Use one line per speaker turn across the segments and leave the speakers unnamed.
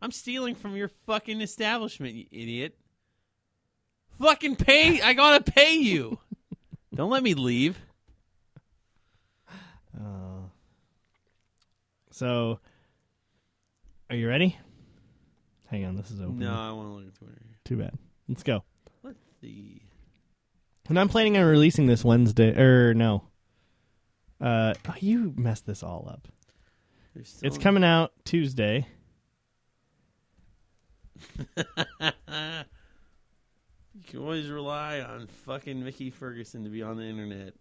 I'm stealing from your fucking establishment, you idiot. Fucking pay. I gotta pay you. Don't let me leave.
Uh, so, are you ready? Hang on, this is open.
No, I want to look at Twitter.
Too bad. Let's go.
Let's see.
And I'm planning on releasing this Wednesday. Or no. Uh, oh, you messed this all up.
There's so
It's coming out Tuesday.
you can always rely on fucking Mickey Ferguson to be on the internet.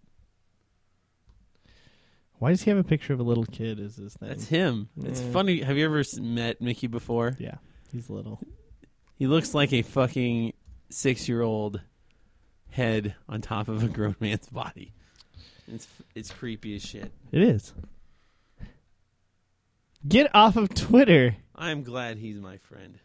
Why does he have a picture of a little kid as his thing?
That's him. It's
Yeah.
funny. Have you ever s- met Mickey before?
Yeah, he's little.
He looks like a fucking six year old head on top of a grown man's body. It's it's creepy as shit.
It is. Get off of Twitter.
I'm glad he's my friend.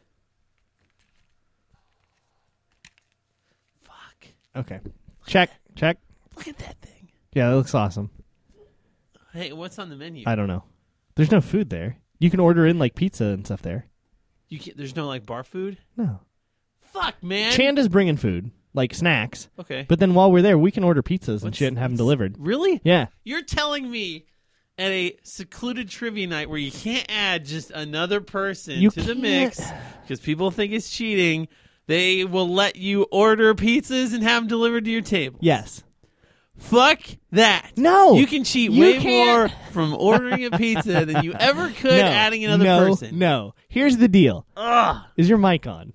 Fuck.
Okay. Check. Check.
Look at that thing.
Yeah, that looks awesome.
Hey, what's on the menu?
I don't know. There's no food there. You can order in like pizza and stuff there.
You can't, there's no like bar food?
No.
Fuck, man.
Chanda's bringing food, like snacks.
okay.
But then while we're there, we can order pizzas and
What's-
shit and have them
what's-
delivered.
Really?
Yeah.
You're telling me at a secluded trivia night where you can't add just another person
You
to the
can't-
mix because people think it's cheating, they will let you order pizzas and have them delivered to your table.
Yes.
Fuck that.
No.
You can cheat
You
way
can't.
more from ordering a pizza than you ever could
no,
adding another
no,
person.
No. Here's the deal.
Ugh.
Is your mic on?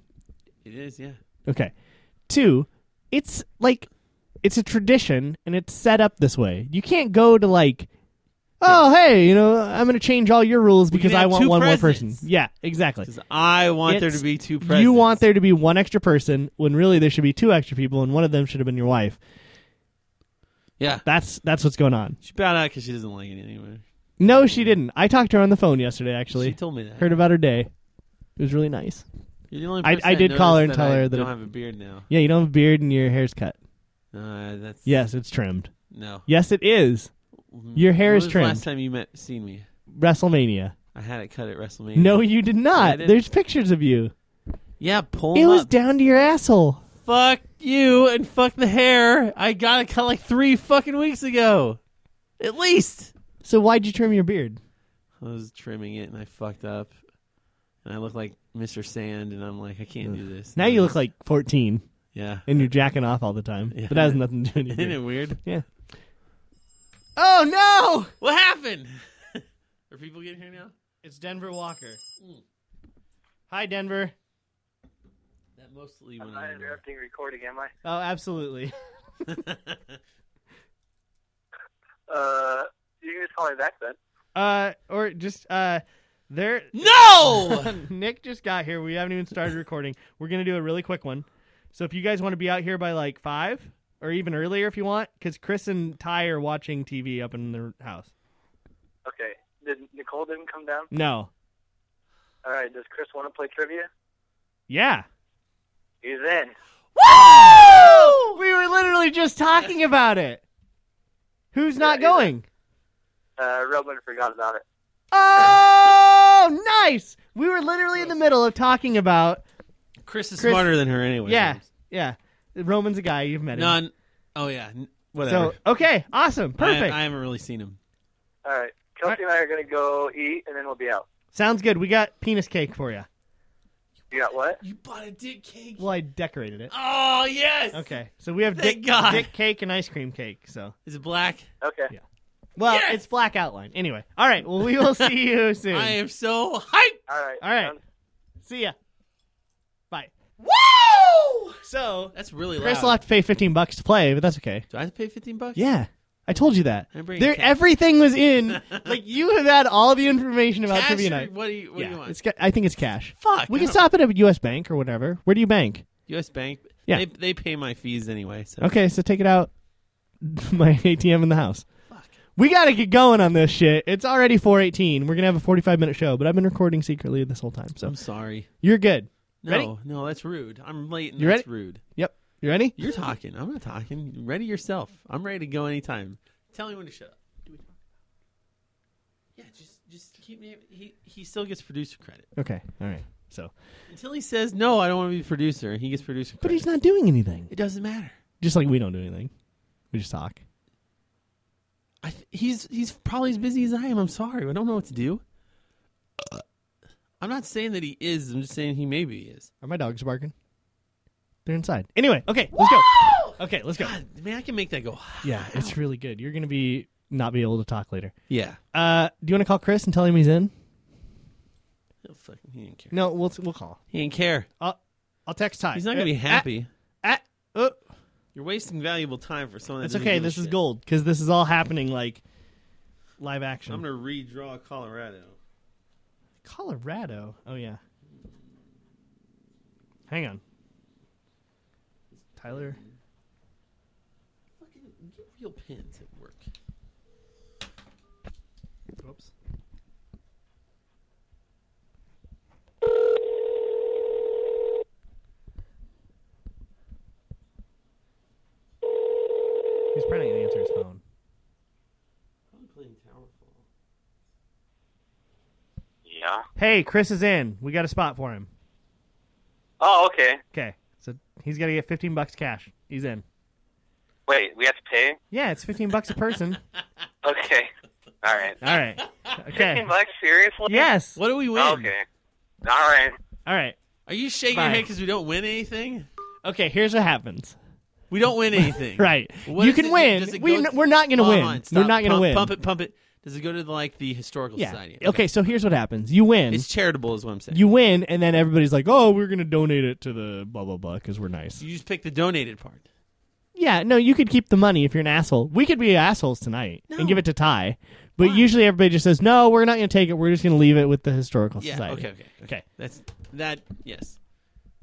It is, yeah.
Okay. Two, it's like it's a tradition and it's set up this way. You can't go to like Oh hey, you know, I'm gonna change all your rules
We
because
can
I
have
want
two
one more
presidents.
person. Yeah, exactly.
Because I want there
It's-
to be two presidents.
You want there to be one extra person when really there should be two extra people and one of them should have been your wife.
Yeah.
That's that's what's going on.
She bowed out because she doesn't like it anyway.
No, she didn't. I talked to her on the phone yesterday
She
actually.
told me that.
Heard about her day. It was really nice.
You're the only
I-
person
I did
noticed
call her and tell
I
her that
don't
it-
have a beard now.
Yeah, you don't have a beard and your hair's cut.
Uh, that's
Yes, it's trimmed.
No.
Yes, it is. Your hair
When Mm-hmm. was
is
the
trimmed.
Last time you met, seen me,
WrestleMania.
I had it cut at WrestleMania.
No, you did not.
didn't.
There's pictures of you.
yeah, pull
It
'em
was
up.
down to your asshole.
fuck you and fuck the hair. I got it cut like three fucking weeks ago, at least.
So why'd you trim your beard?
I was trimming it and I fucked up, and I look like Mr. Sand, and I'm like, I can't do this.
Now you look like 14
yeah.
and you're jacking off all the time.
Yeah.
But that has nothing to do with
Isn't it
it.
weird?
Yeah. Oh no!
What happened? Are people getting here now? Hmm.
It's Denver Walker. Hi Denver.
That mostly
I'm
when
not
I
interrupting recording, am I?
Oh, absolutely.
Uh, you can just call me back then.
Uh or just uh there
no.
Nick just got here. We haven't even started recording. We're gonna do a really quick one. So if you guys want to be out here by like five or even earlier if you want, because Chris and Ty are watching TV up in their house.
Okay. Did Nicole didn't come down?
No.
All right. Does Chris want to play trivia?
Yeah.
He's in.
Woo! We were literally just talking about it. Who's not
Yeah, yeah.
going?
Uh, Roman forgot about it.
Oh, nice! We were literally in the middle of talking about
Chris is
Chris-
smarter than her anyway.
yeah, yeah. Roman's a guy you've met. Him.
None. Oh yeah. N- Whatever.
so okay, awesome,
I-
perfect.
I, haven't really seen him.
All right. Kelsey and I are gonna go eat, and then we'll be out.
Sounds good. We got penis cake for you.
You got what?
You bought a dick cake.
Well, I decorated it.
Oh yes.
Okay, so we have
Thank
dick,
God.
dick cake and ice cream cake. So
Is it black?
Okay.
Yeah. well,
Yes!
it's black outline. Anyway, all right. Well, we will see you soon.
I am so hyped.
All right.
All right.
Sounds-
See ya. Bye.
Woo!
So
That's really loud.
Chris will have to pay fifteen bucks to play, but that's okay.
Do I have to pay fifteen bucks?
Yeah, I told you that.
I'm bringing
There,
cash.
everything was in. like you have had all the information about
Cash
trivia
or-
night.
What do you What
yeah,
do you want?
it's ca- I think it's cash.
Fuck. I
We can
don't-
stop it at a U.S. bank or whatever. Where do you bank?
U.S. Bank.
Yeah.
They, they pay my fees anyway. So
Okay, so take it out my ATM in the house.
Fuck.
We gotta get going on this shit. It's already four eighteen. We're gonna have a forty five minute show, but I've been recording secretly this whole time, so
I'm sorry.
you're good.
No,
Ready?
no, that's rude. I'm late. And
You
that's
ready?
rude.
Yep. You ready?
You're talking. I'm not talking. Ready yourself. I'm ready to go anytime. Tell me when to shut up. Do we talk? Yeah, just just keep me. He he still gets producer credit.
Okay. All right. So,
Until he says no, I don't want to be producer. He gets producer.
but he's
credit.
not doing anything.
It doesn't matter.
Just like we don't do anything. We just talk.
I th- he's he's probably as busy as I am. I'm sorry. I don't know what to do. Uh, I'm not saying that he is. I'm just saying he maybe is.
Are my dogs barking? They're inside. Anyway, okay, let's go. Okay, let's go.
God, man, I can make that go.
Yeah, it's really good. You're gonna be not be able to talk later.
Yeah.
Uh, do you want to call Chris and tell him he's in?
He'll fucking, Oh, he didn't care.
No, we'll we'll call.
He didn't care.
I'll I'll text Ty.
He's not gonna be
Uh,
happy.
ah, ah, oh,
eh, You're wasting valuable time for someone. That
it's
doesn't
okay.
give a
This is
shit.
gold because this is all happening like live action.
I'm gonna redraw Colorado.
Colorado. Oh yeah. Hang on. Tyler.
Fucking get real pins at work.
Oops. He's probably not gonna answer his phone.
Probably playing Towerfall.
Yeah.
Hey, Chris is in. We got a spot for him.
Oh, okay.
Okay, so he's got to get fifteen bucks cash. He's in.
Wait, we have to pay?
Yeah, it's fifteen bucks a person.
Okay. All right.
All right. Okay.
Fifteen bucks, seriously?
Yes.
What do we win?
Okay. All right.
All right.
Are you shaking your
Fine.
head because we don't win anything?
Okay. Here's what happens.
We don't win anything.
Right.
What
you
does
can
it do?
win.
Does it
We,
go-
we're not going to
Come
win.
on,
we're
stop.
not going to
Pump-
win.
Pump it, pump it. Does it go to the, like the historical
yeah.
society?
Okay. So here's what happens. You win.
It's charitable, is what I'm saying.
you win, and then everybody's like, "Oh, we're going to donate it to the blah blah blah because we're nice."
You just pick the donated part.
Yeah. No, you could keep the money if you're an asshole. We could be assholes tonight
No.
and give it to Ty, but
Why?
usually everybody just says, "No, we're not going to take it. We're just going to leave it with the historical
Yeah.
society."
Okay. Okay.
Okay.
That's that. Yes.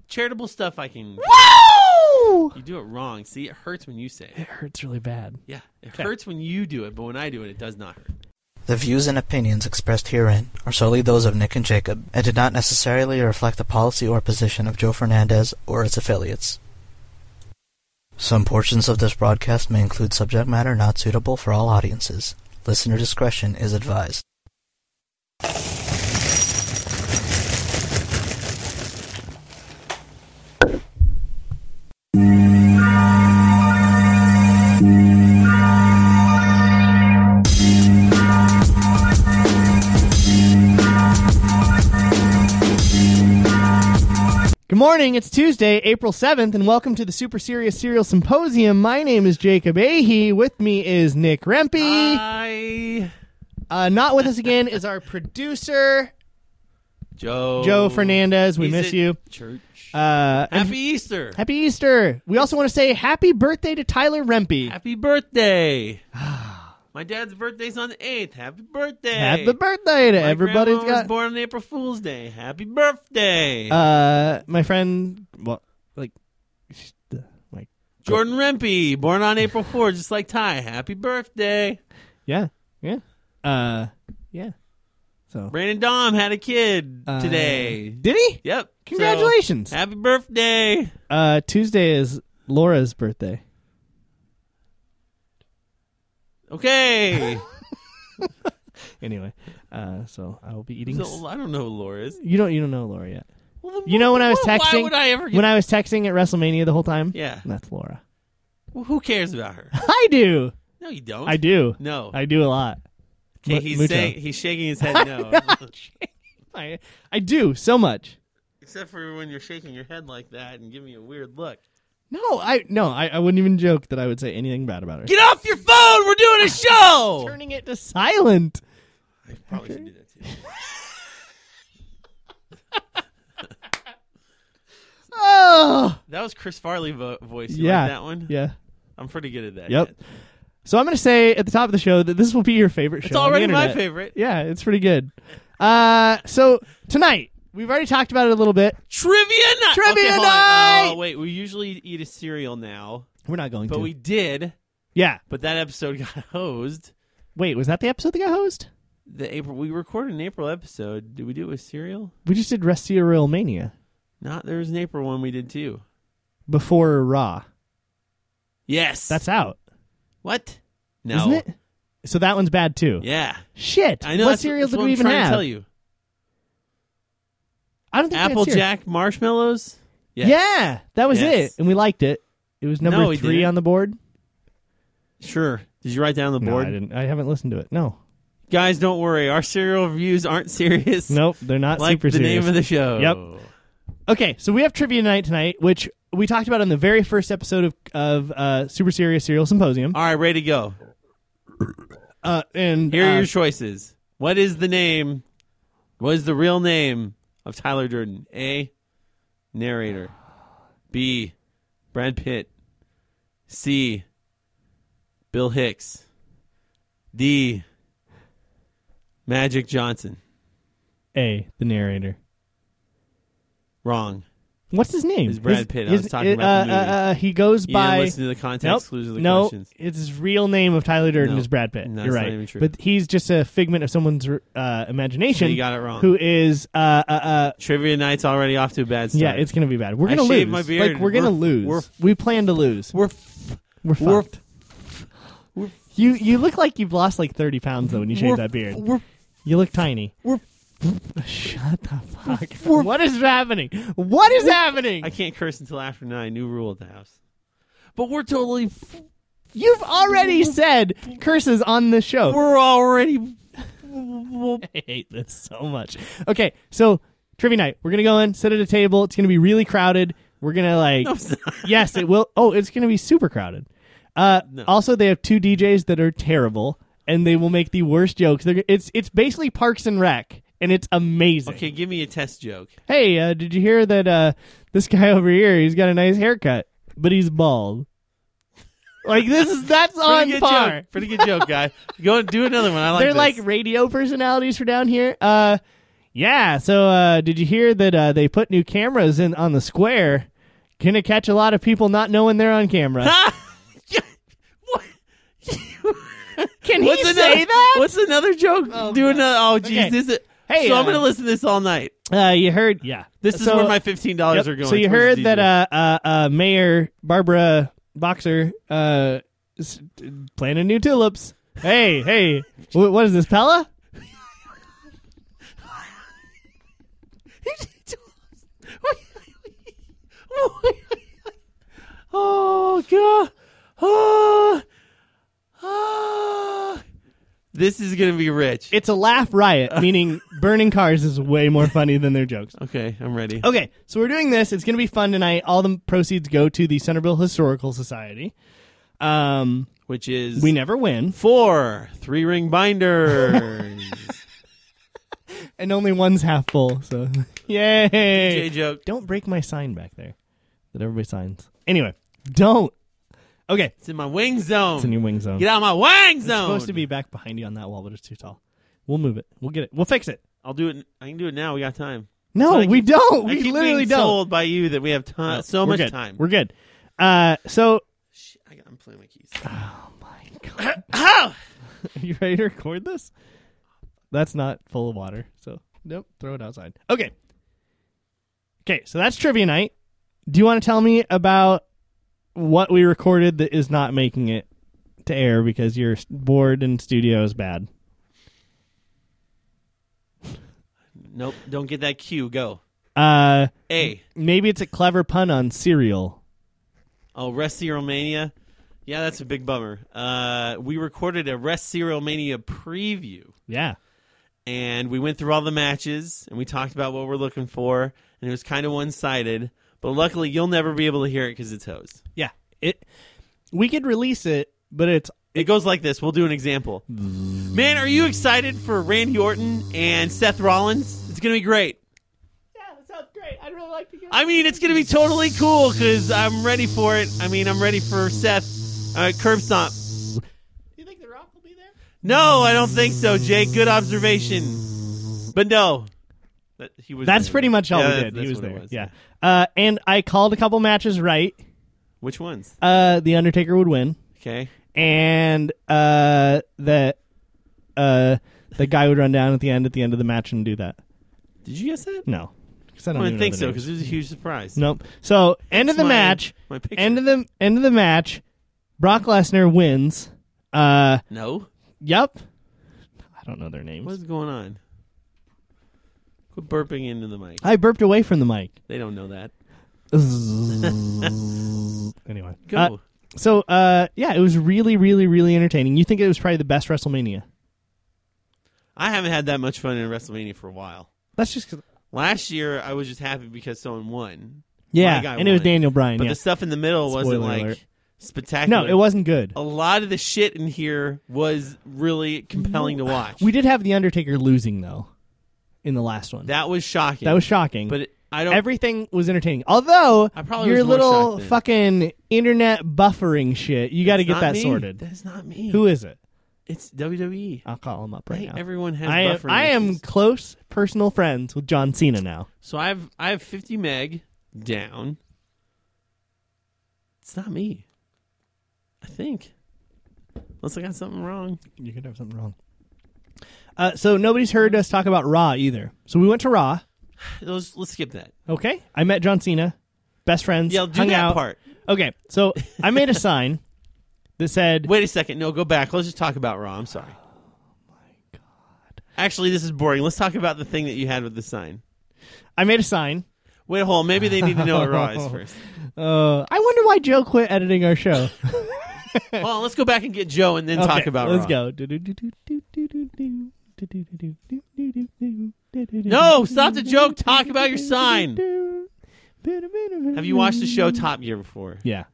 Charitable stuff. I can.
Woo!
You do it wrong. See, it hurts when you say it.
It hurts really bad.
Yeah. It hurts when you do it, but when I do it, it does not hurt.
The views and opinions expressed herein are solely those of Nick and Jacob and do not necessarily reflect the policy or position of Joe Fernandez or its affiliates. Some portions of this broadcast may include subject matter not suitable for all audiences. Listener discretion is advised.
Good morning. It's Tuesday, April 7th, and welcome to the Super Serious Serial Symposium. My name is Jacob Ahe. With me is Nick Rempe.
Hi,
Uh, not with us again is our producer,
Joe.
Joe Fernandez. We
He's
miss
at
you.
Church.
Uh, and-
Happy Easter.
happy Easter. We also want to say happy birthday to Tyler Rempe.
Happy birthday. My dad's birthday's on the eighth. Happy birthday.
Happy birthday to
My
everybody.
grandma was
Got,
born on April Fool's Day. Happy birthday,
uh, my friend, well, like, she's the- like,
Jordan Rempe, born on April 4th, just like Ty. Happy birthday,
yeah, yeah, uh, yeah. So
Brandon Dom had a kid
uh,
today.
did he?
Yep. So,
Congratulations.
happy birthday.
Uh, Tuesday is Laura's birthday.
Okay.
Anyway, uh, so I will be eating. s-
so, I don't know who Laura is.
you don't you don't know Laura yet.
Well, then
You know when I was
why- Why
texting-
would I ever get...
When I was texting at WrestleMania the whole time,
Yeah.
that's Laura.
Well, who cares about her?
I do,
No, you don't.
I do,
No.
I do a lot.
okay,
Mu-
he's,
mucho.
saying, he's shaking his head no.
I, I do so much.
Except for when you're shaking your head like that and giving me a weird look.
No, I no, I, I wouldn't even joke that I would say anything bad about her.
Get off your phone. We're doing a show.
Turning it to silent.
I probably should do that too.
Oh,
That was Chris Farley vo- voice. You
yeah,
like that one?
yeah.
I'm pretty good at that.
Yep. So I'm gonna say at the top of the show that this will be your favorite show.
It's
on the
already my
internet.
favorite.
Yeah, it's pretty good. Uh, so tonight we've already talked about it a little bit.
Trivia night.
Trivia
okay, hold on.
night!
Oh, wait, we usually eat a cereal now,
We're not going
but
to.
we did.
yeah.
But that episode got hosed.
Wait, was that the episode that got hosed?
The April we recorded an April episode. Did we do it with cereal?
We just did Restia Real Mania
Not. There was an April one we did too.
before Raw.
Yes.
That's out,
what? No.
isn't it? So that one's bad too.
Yeah.
Shit.
I know.
What
that's,
cereals
that's
did
what
we
I'm
even
trying
have?
to tell you.
I I don't think that's here.
Applejack marshmallows. Yes.
Yeah, that was
Yes.
it, and we liked it. It was number
No, we
three
didn't.
on the board.
Sure. Did you write down the
No, I
board?
didn't. I haven't listened to it. No,
Guys, don't worry. Our serial reviews aren't serious.
nope, they're not
like
super
the
serious.
name of the show.
Yep. Okay, so we have trivia night tonight, which we talked about on the very first episode of, of uh, Super Serious Serial Symposium.
All right, ready to go.
Uh, and
Here are
uh,
your choices. What is the name? What is the real name of Tyler Durden? A. Narrator. B. Brad Pitt. C. Bill Hicks. D. Magic Johnson.
A, the narrator.
Wrong.
What's his name?
It's Brad
His-
Pitt. I
his-
was talking about
uh,
the movie.
Uh, uh, he goes
You
by.
didn't listen to the context
Nope.
clues of the
no,
questions.
it's his real name of Tyler Durden
No.
is Brad Pitt.
No,
You're
it's not
right,
even true.
but he's just a figment of someone's uh,
So
imagination.
you got it wrong.
Who is uh, uh, uh,
Trivia night's already off to a bad start.
Yeah, it's gonna be bad. We're
I
gonna lose.
shaved my beard.
Like we're gonna
We're-
lose.
we're-
we plan to lose.
we're f-
We're
we're-
fucked. you you look like you've lost like thirty pounds though when you
we're-
shave that beard.
We're
You look tiny.
we're
Shut the fuck.
We're-
up. What is happening? What is happening?
I can't curse until after nine. New rule at the house. But we're totally. F-
You've already said curses on the show.
we're already.
I hate this so much. Okay, so trivia night. We're gonna go in, sit at a table. It's gonna be really crowded. We're gonna like, yes, it will. Oh, it's gonna be super crowded. Uh,
No.
Also, they have two DJs that are terrible, and they will make the worst jokes. They're, it's it's basically Parks and Rec, and it's amazing.
Okay, give me a test joke.
Hey, uh, did you hear that? Uh, this guy over here, he's got a nice haircut, but he's bald. Like this is that's on
Pretty good
par.
joke. Pretty good joke, guy. Go and do another one. I like.
They're
this.
like radio personalities for down here. Uh, yeah. So uh, did you hear that uh, they put new cameras in on the square? Gonna catch a lot of people not knowing they're on camera.
what?
Can he
What's
say
another,
that?
What's another joke?
Oh,
do
God.
another. Oh, geez,
Okay.
this is.
Hey,
so I'm
uh,
gonna listen to this all night.
Uh, you heard? Yeah.
This is
So- uh,
where my fifteen dollars
Yep.
are going.
So you
towards
heard
the
that
DJ.
uh, uh, uh, Mayor Barbara Boxer uh, is planting new tulips. Hey, hey, wh- what is this, Pella? uh,
oh god. Oh. Oh. This is gonna be rich.
It's a laugh riot, meaning burning cars is way more funny than their jokes.
Okay, I'm ready.
Okay, so we're doing this. It's going to be fun tonight. All the proceeds go to the Centerville Historical Society. Um,
Which is
we never win,
four three ring binders.
and only one's half full. So, yay!
J joke.
Don't break my sign back there that everybody signs. Anyway, don't. Okay,
It's in my wing zone.
it's in your wing zone.
Get out of my wang zone.
It's supposed to be back behind you on that wall, but it's too tall. We'll move it. We'll get it. We'll fix it.
I'll do it. I can do it now. We got time.
No,
I keep-
we don't.
I
We
keep
literally
being
don't.
Sold by you that we have time.
No,
so
we're
much
good.
time.
We're good. Uh, so,
Shit, I got, I'm playing my keys.
Are you ready to record this? That's not full of water, so nope. Throw it outside. Okay. Okay, so that's trivia night. Do you want to tell me about what we recorded that is not making it to air because your s- board and studio is bad?
nope. Don't get that cue. Go.
Uh,
A.
maybe it's a clever pun on cereal.
Oh, Rest Serial Mania. Yeah, that's a big bummer. Uh, we recorded a Rest Serial Mania preview,
Yeah.
and we went through all the matches, and we talked about what we're looking for, and it was kind of one sided. But luckily, you'll never be able to hear it because it's hosed.
Yeah. It we could release it, but it's
It goes like this. We'll do an example. Man, are you excited for Randy Orton and Seth Rollins? It's gonna be great.
Yeah, that sounds great. I'd really like to get
I mean, it's gonna be totally cool because I'm ready for it. I mean, I'm ready for Seth. Uh, curb stomp.
you think the rock will be there?
No, I don't think so, Jake. Good observation. But no. That, he was
That's
there.
pretty much all
Yeah,
we
that-
did.
that's
He was
what it
there. yeah. Uh, and I called a couple matches right.
Which ones?
Uh, the Undertaker would win,
Okay.
and uh, that uh, the guy would run down at the end at the end of the match and do that.
Did you guess that?
No, 'Cause I
I
don't
don't
even know
think
the
so
names.
because it was a huge surprise.
Nope. So end of the
my-
match.
my picture.
end of the end of the match. Brock Lesnar wins. Uh,
No.
yep. I don't know their names.
What's going on? Quit burping into the mic.
I burped away from the mic.
They don't know that.
anyway,
Go.
Uh, so uh, yeah, it was really, really, really entertaining. You think it was probably the best WrestleMania?
I haven't had that much fun in WrestleMania for a while.
That's just 'cause-
Last year, I was just happy because someone won.
yeah,
My guy
and it was
won.
Daniel Bryan.
But
yeah.
the stuff in the middle wasn't
Spoiler
like
alert.
spectacular.
no, it wasn't good.
A lot of the shit in here was really compelling to watch.
We did have the Undertaker losing though, in the last one.
that was shocking.
That was shocking.
But it, I don't.
everything was entertaining. Although
I probably
your
was more
little
shocked then.
fucking internet buffering shit, you got to
It's
get
not
that
me.
sorted.
That's not me.
Who is it?
It's WWE.
I'll call him up
I
right
think
now.
everyone has.
I am,
buffering
I am
issues.
close personal friends with John Cena now.
So I have I have 50 meg down. It's not me. I think. Unless I got something wrong.
You could have something wrong. Uh, so nobody's heard us talk about Raw either. So we went to Raw.
Let's, let's skip that.
Okay, I met John Cena, best friends.
Yeah, do
hung
that
out.
part.
Okay, so I made a sign that said,
Wait a second. No, go back. Let's just talk about Raw. I'm sorry.
Oh
Actually, this is boring. Let's talk about the thing that you had with the sign.
I made a sign.
Wait a hole. Maybe they need to know what Raw is first.
Uh, I wonder why Joe quit editing our show.
Well, let's go back and get Joe and then talk
Okay,
about
let's
Raw.
go. Do-do-do-do-do-do-do. Do-do-do-do-do-do-do-do-do.
No, stop the joke. Talk about your sign.
Do-do-do-do-do.
Have you watched the show Top Gear before?
Yeah,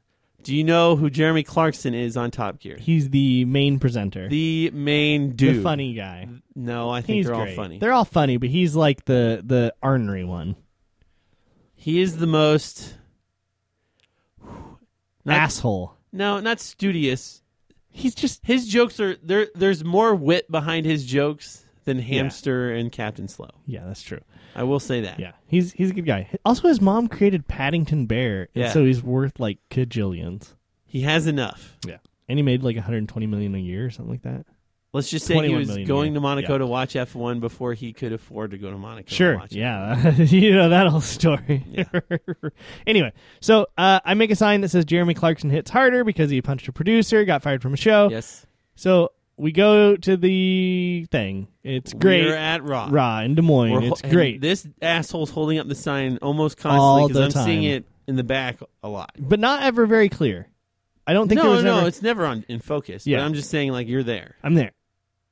Do you know who Jeremy Clarkson is on Top Gear?
he's the main presenter,
The main
the
dude.
funny guy.
No, I think
He's
they're
great.
all funny.
They're all funny, but he's like the the ornery one,
he is the most. Not,
asshole.
No, not studious.
He's just
His jokes are there. There's more wit behind his jokes than Hamster and Captain Slow.
yeah, that's true.
I will say that.
Yeah, he's he's a good guy. Also, his mom created Paddington Bear, and
Yeah.
so he's worth like kajillions.
He has enough.
Yeah, and he made like 120 million a year or something like that.
Let's just say he
21
was
million
going
a
to
year.
Monaco
Yeah.
to watch F1 before he could afford to go to Monaco. to
Sure.
watch it.
Yeah. you know that whole story. anyway, so uh, I make a sign that says Jeremy Clarkson hits harder because he punched a producer, got fired from a show.
Yes.
So we go to the thing. It's Oh, great.
We're at Raw.
Raw in Des Moines.
We're ho-
it's
and
great.
This asshole's holding up the sign almost
All
constantly
the
because I'm seeing
time.
it in the back a lot.
but not ever very clear. I don't think
no,
there was
no,
ever-
it's never on in focus.
Yeah.
But I'm just saying, like you're there.
I'm there.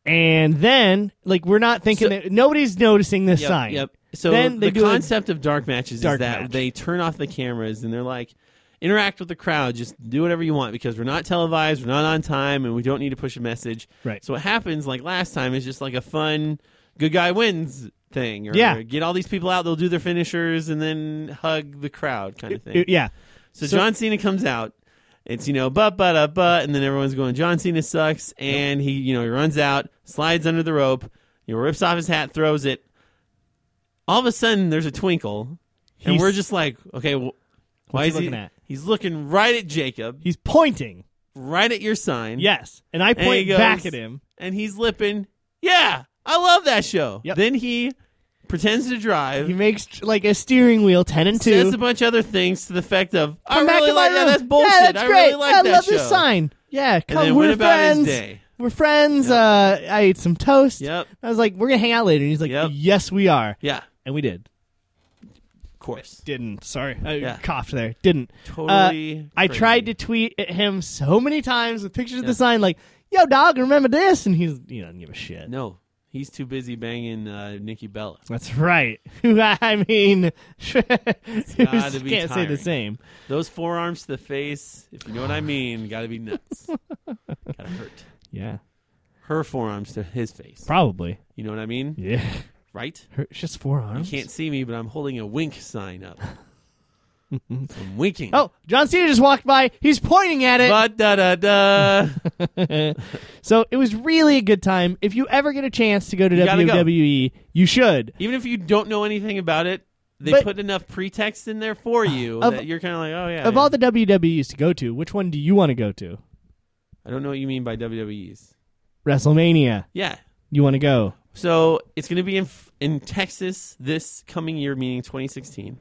And then, like, we're not thinking
So-
that nobody's noticing this
Yep,
sign.
Yep. So
Then they
the
do a
concept of dark matches
dark
is that
match.
they turn off the cameras and they're like, interact with the crowd, just do whatever you want because we're not televised, we're not on time, and we don't need to push a message.
Right.
So what happens, like last time, is just like a fun good guy wins thing. Or
Yeah.
Get all these people out, they'll do their finishers and then hug the crowd kind of thing.
yeah.
So,
So-
John Cena comes out. It's you know but but uh, but and then everyone's going John Cena sucks and he you know he runs out slides under the rope you know rips off his hat throws it all of a sudden there's a twinkle and
He's-
we're just like okay well, why
he
is
looking
he
at?
he's looking right at Jacob
He's pointing.
right at your sign
Yes. And I
he
point
goes-
back at him.
and he's lipping yeah I love that show
Yep.
then he pretends to drive
He makes like a steering wheel ten and two.
says a bunch of other things to the effect of
Come
I
back
really
to my
like that
room.
that's bullshit
Yeah, that's
I
great.
really like
I
that
love
show
this sign. Yeah, come,
then
we're
went about his
friends.
day.
We're friends. Uh, I ate some toast.
Yep.
I was like, we're gonna hang out later, and he's like,
Yep.
yes, we are,
yeah
and we did.
of course
Didn't. Sorry, I
Yeah.
coughed there. Didn't.
Totally
Uh, I
crazy.
tried to tweet at him so many times with pictures of the sign, like, "Yo, dog, remember this?" And he's, he doesn't give a shit.
No, he's too busy banging uh, Nikki Bella.
That's right. Who I mean,
gotta
can't
be
say the
tiring.
same.
Those forearms to the face, if you know what I mean, gotta be nuts. gotta hurt.
Yeah,
Her forearms to his face.
probably.
You know what I mean?
Yeah,
Right?
Her, it's just forearms.
You can't see me, but I'm holding a wink sign up. I'm winking.
Oh, John Cena just walked by. He's pointing at it.
But da da da.
so it was really a good time. If you ever get a chance to go to
You gotta go.
WWE, you should.
Even if you don't know anything about it, they
But-
put enough pretext in there for you
Of-
that you're kind of like, oh yeah.
Of
yeah.
all the WWEs to go to, which one do you want to go to?
I don't know what you mean by WWE's.
WrestleMania.
Yeah,
You want to go?
So it's going to be in in Texas this coming year, meaning 2016.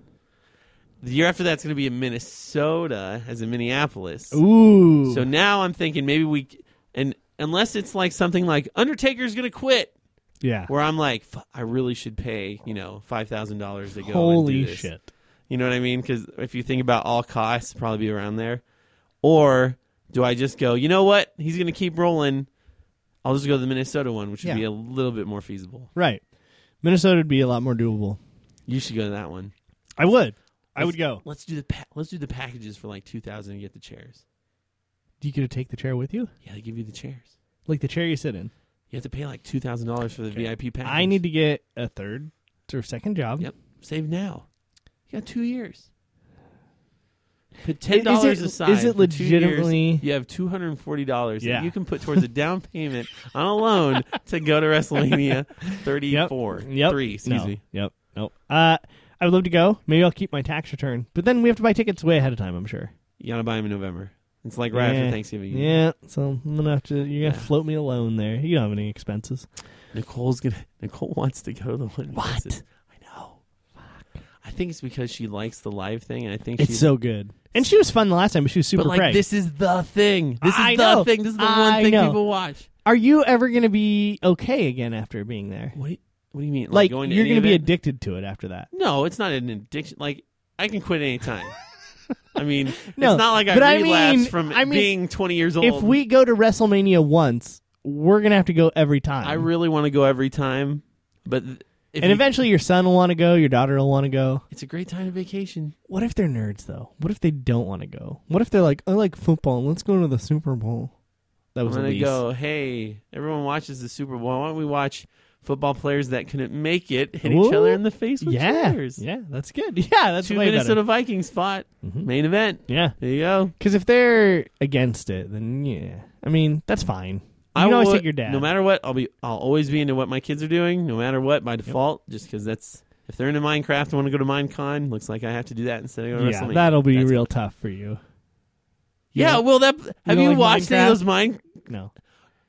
The year after that's going to be in Minnesota, as in Minneapolis.
Ooh.
So now I'm thinking maybe we and unless it's like something like Undertaker's going to quit,
Yeah.
where I'm like, "F- I really should pay, you know, five thousand dollars to go.
Holy
and do this.
shit.
You know what I mean? Because if you think about all costs, probably be around there. Or do I just go? You know what? He's going to keep rolling. I'll just go to the Minnesota one, which would
Yeah.
be a little bit more feasible.
Right. Minnesota would be a lot more doable.
You should go to that one.
I would. I
Let's-
would go.
Let's do the pa- let's do the packages for like two thousand and get the chairs.
Do you get to take the chair with you?
Yeah, they give you the chairs.
Like the chair you sit in.
You have to pay like two thousand dollars for the VIP package.
I need to get a third or second job.
Yep. Save now. You got two years. Put
Is
ten
it-
dollars
is
aside.
it
for two years,
legitimately-
you have two hundred and forty dollars
Yeah.
that you can put towards a down payment on a loan to go to WrestleMania thirty four.
Yep.
Three, excuse
No.
me.
Yep. Nope. Uh, I would love to go. Maybe I'll keep my tax return. But then we have to buy tickets way ahead of time, I'm sure.
You gotta buy them in November. It's like right
Yeah.
after Thanksgiving.
Yeah. So I'm going to have to, you're going to
Yeah.
float me alone there. You don't have any expenses.
Nicole's gonna Nicole wants to go to the one. What? I know. I think it's because she likes the live thing and I think
It's
she's
so good. And she was fun the last time, but she was super
but like
brave.
this is the thing. This is
I
the
know.
thing. This is the
I
one thing
know.
people watch.
Are you ever going to be okay again after being there?
What do you, what do you mean?
Like,
going to
you're
going
going
to
to be addicted to it after that.
No, it's not an addiction. Like I can quit any time. I mean,
No,
it's not like I
but I
relapse
mean-
from
I mean,
being 20 years old.
If we go to WrestleMania once, we're going to have to go every time.
I really want to go every time, but th- if
and
you-
eventually your son will want to go, your daughter will want to go.
it's a great time to vacation.
What if they're nerds though? What if they don't want to go? What if they're like, I like football. Let's go to the Super Bowl. That
I'm
was
gonna
Elise.
go. Hey, everyone watches the Super Bowl. Why don't we watch football players that couldn't make it hit each other
Ooh.
in the face with
Yeah,
chairs?
yeah, that's good. Yeah, that's
Two
way
Minnesota
better.
Vikings fought
Mhm.
main event.
Yeah,
There you go.
because if they're against it, then yeah, I mean that's fine. You
I
can always
will-
take your dad.
No matter what, I'll be I'll always be into what my kids are doing, no matter what, by default, just because that's if they're into Minecraft and want to go to Minecon, looks like I have to do that instead of going to
yeah,
WrestleMania.
that'll be
That's-
real tough for you. You
Yeah,
don't-
well that have
don't
you
like
watched any
Minecraft?
of those mine
no.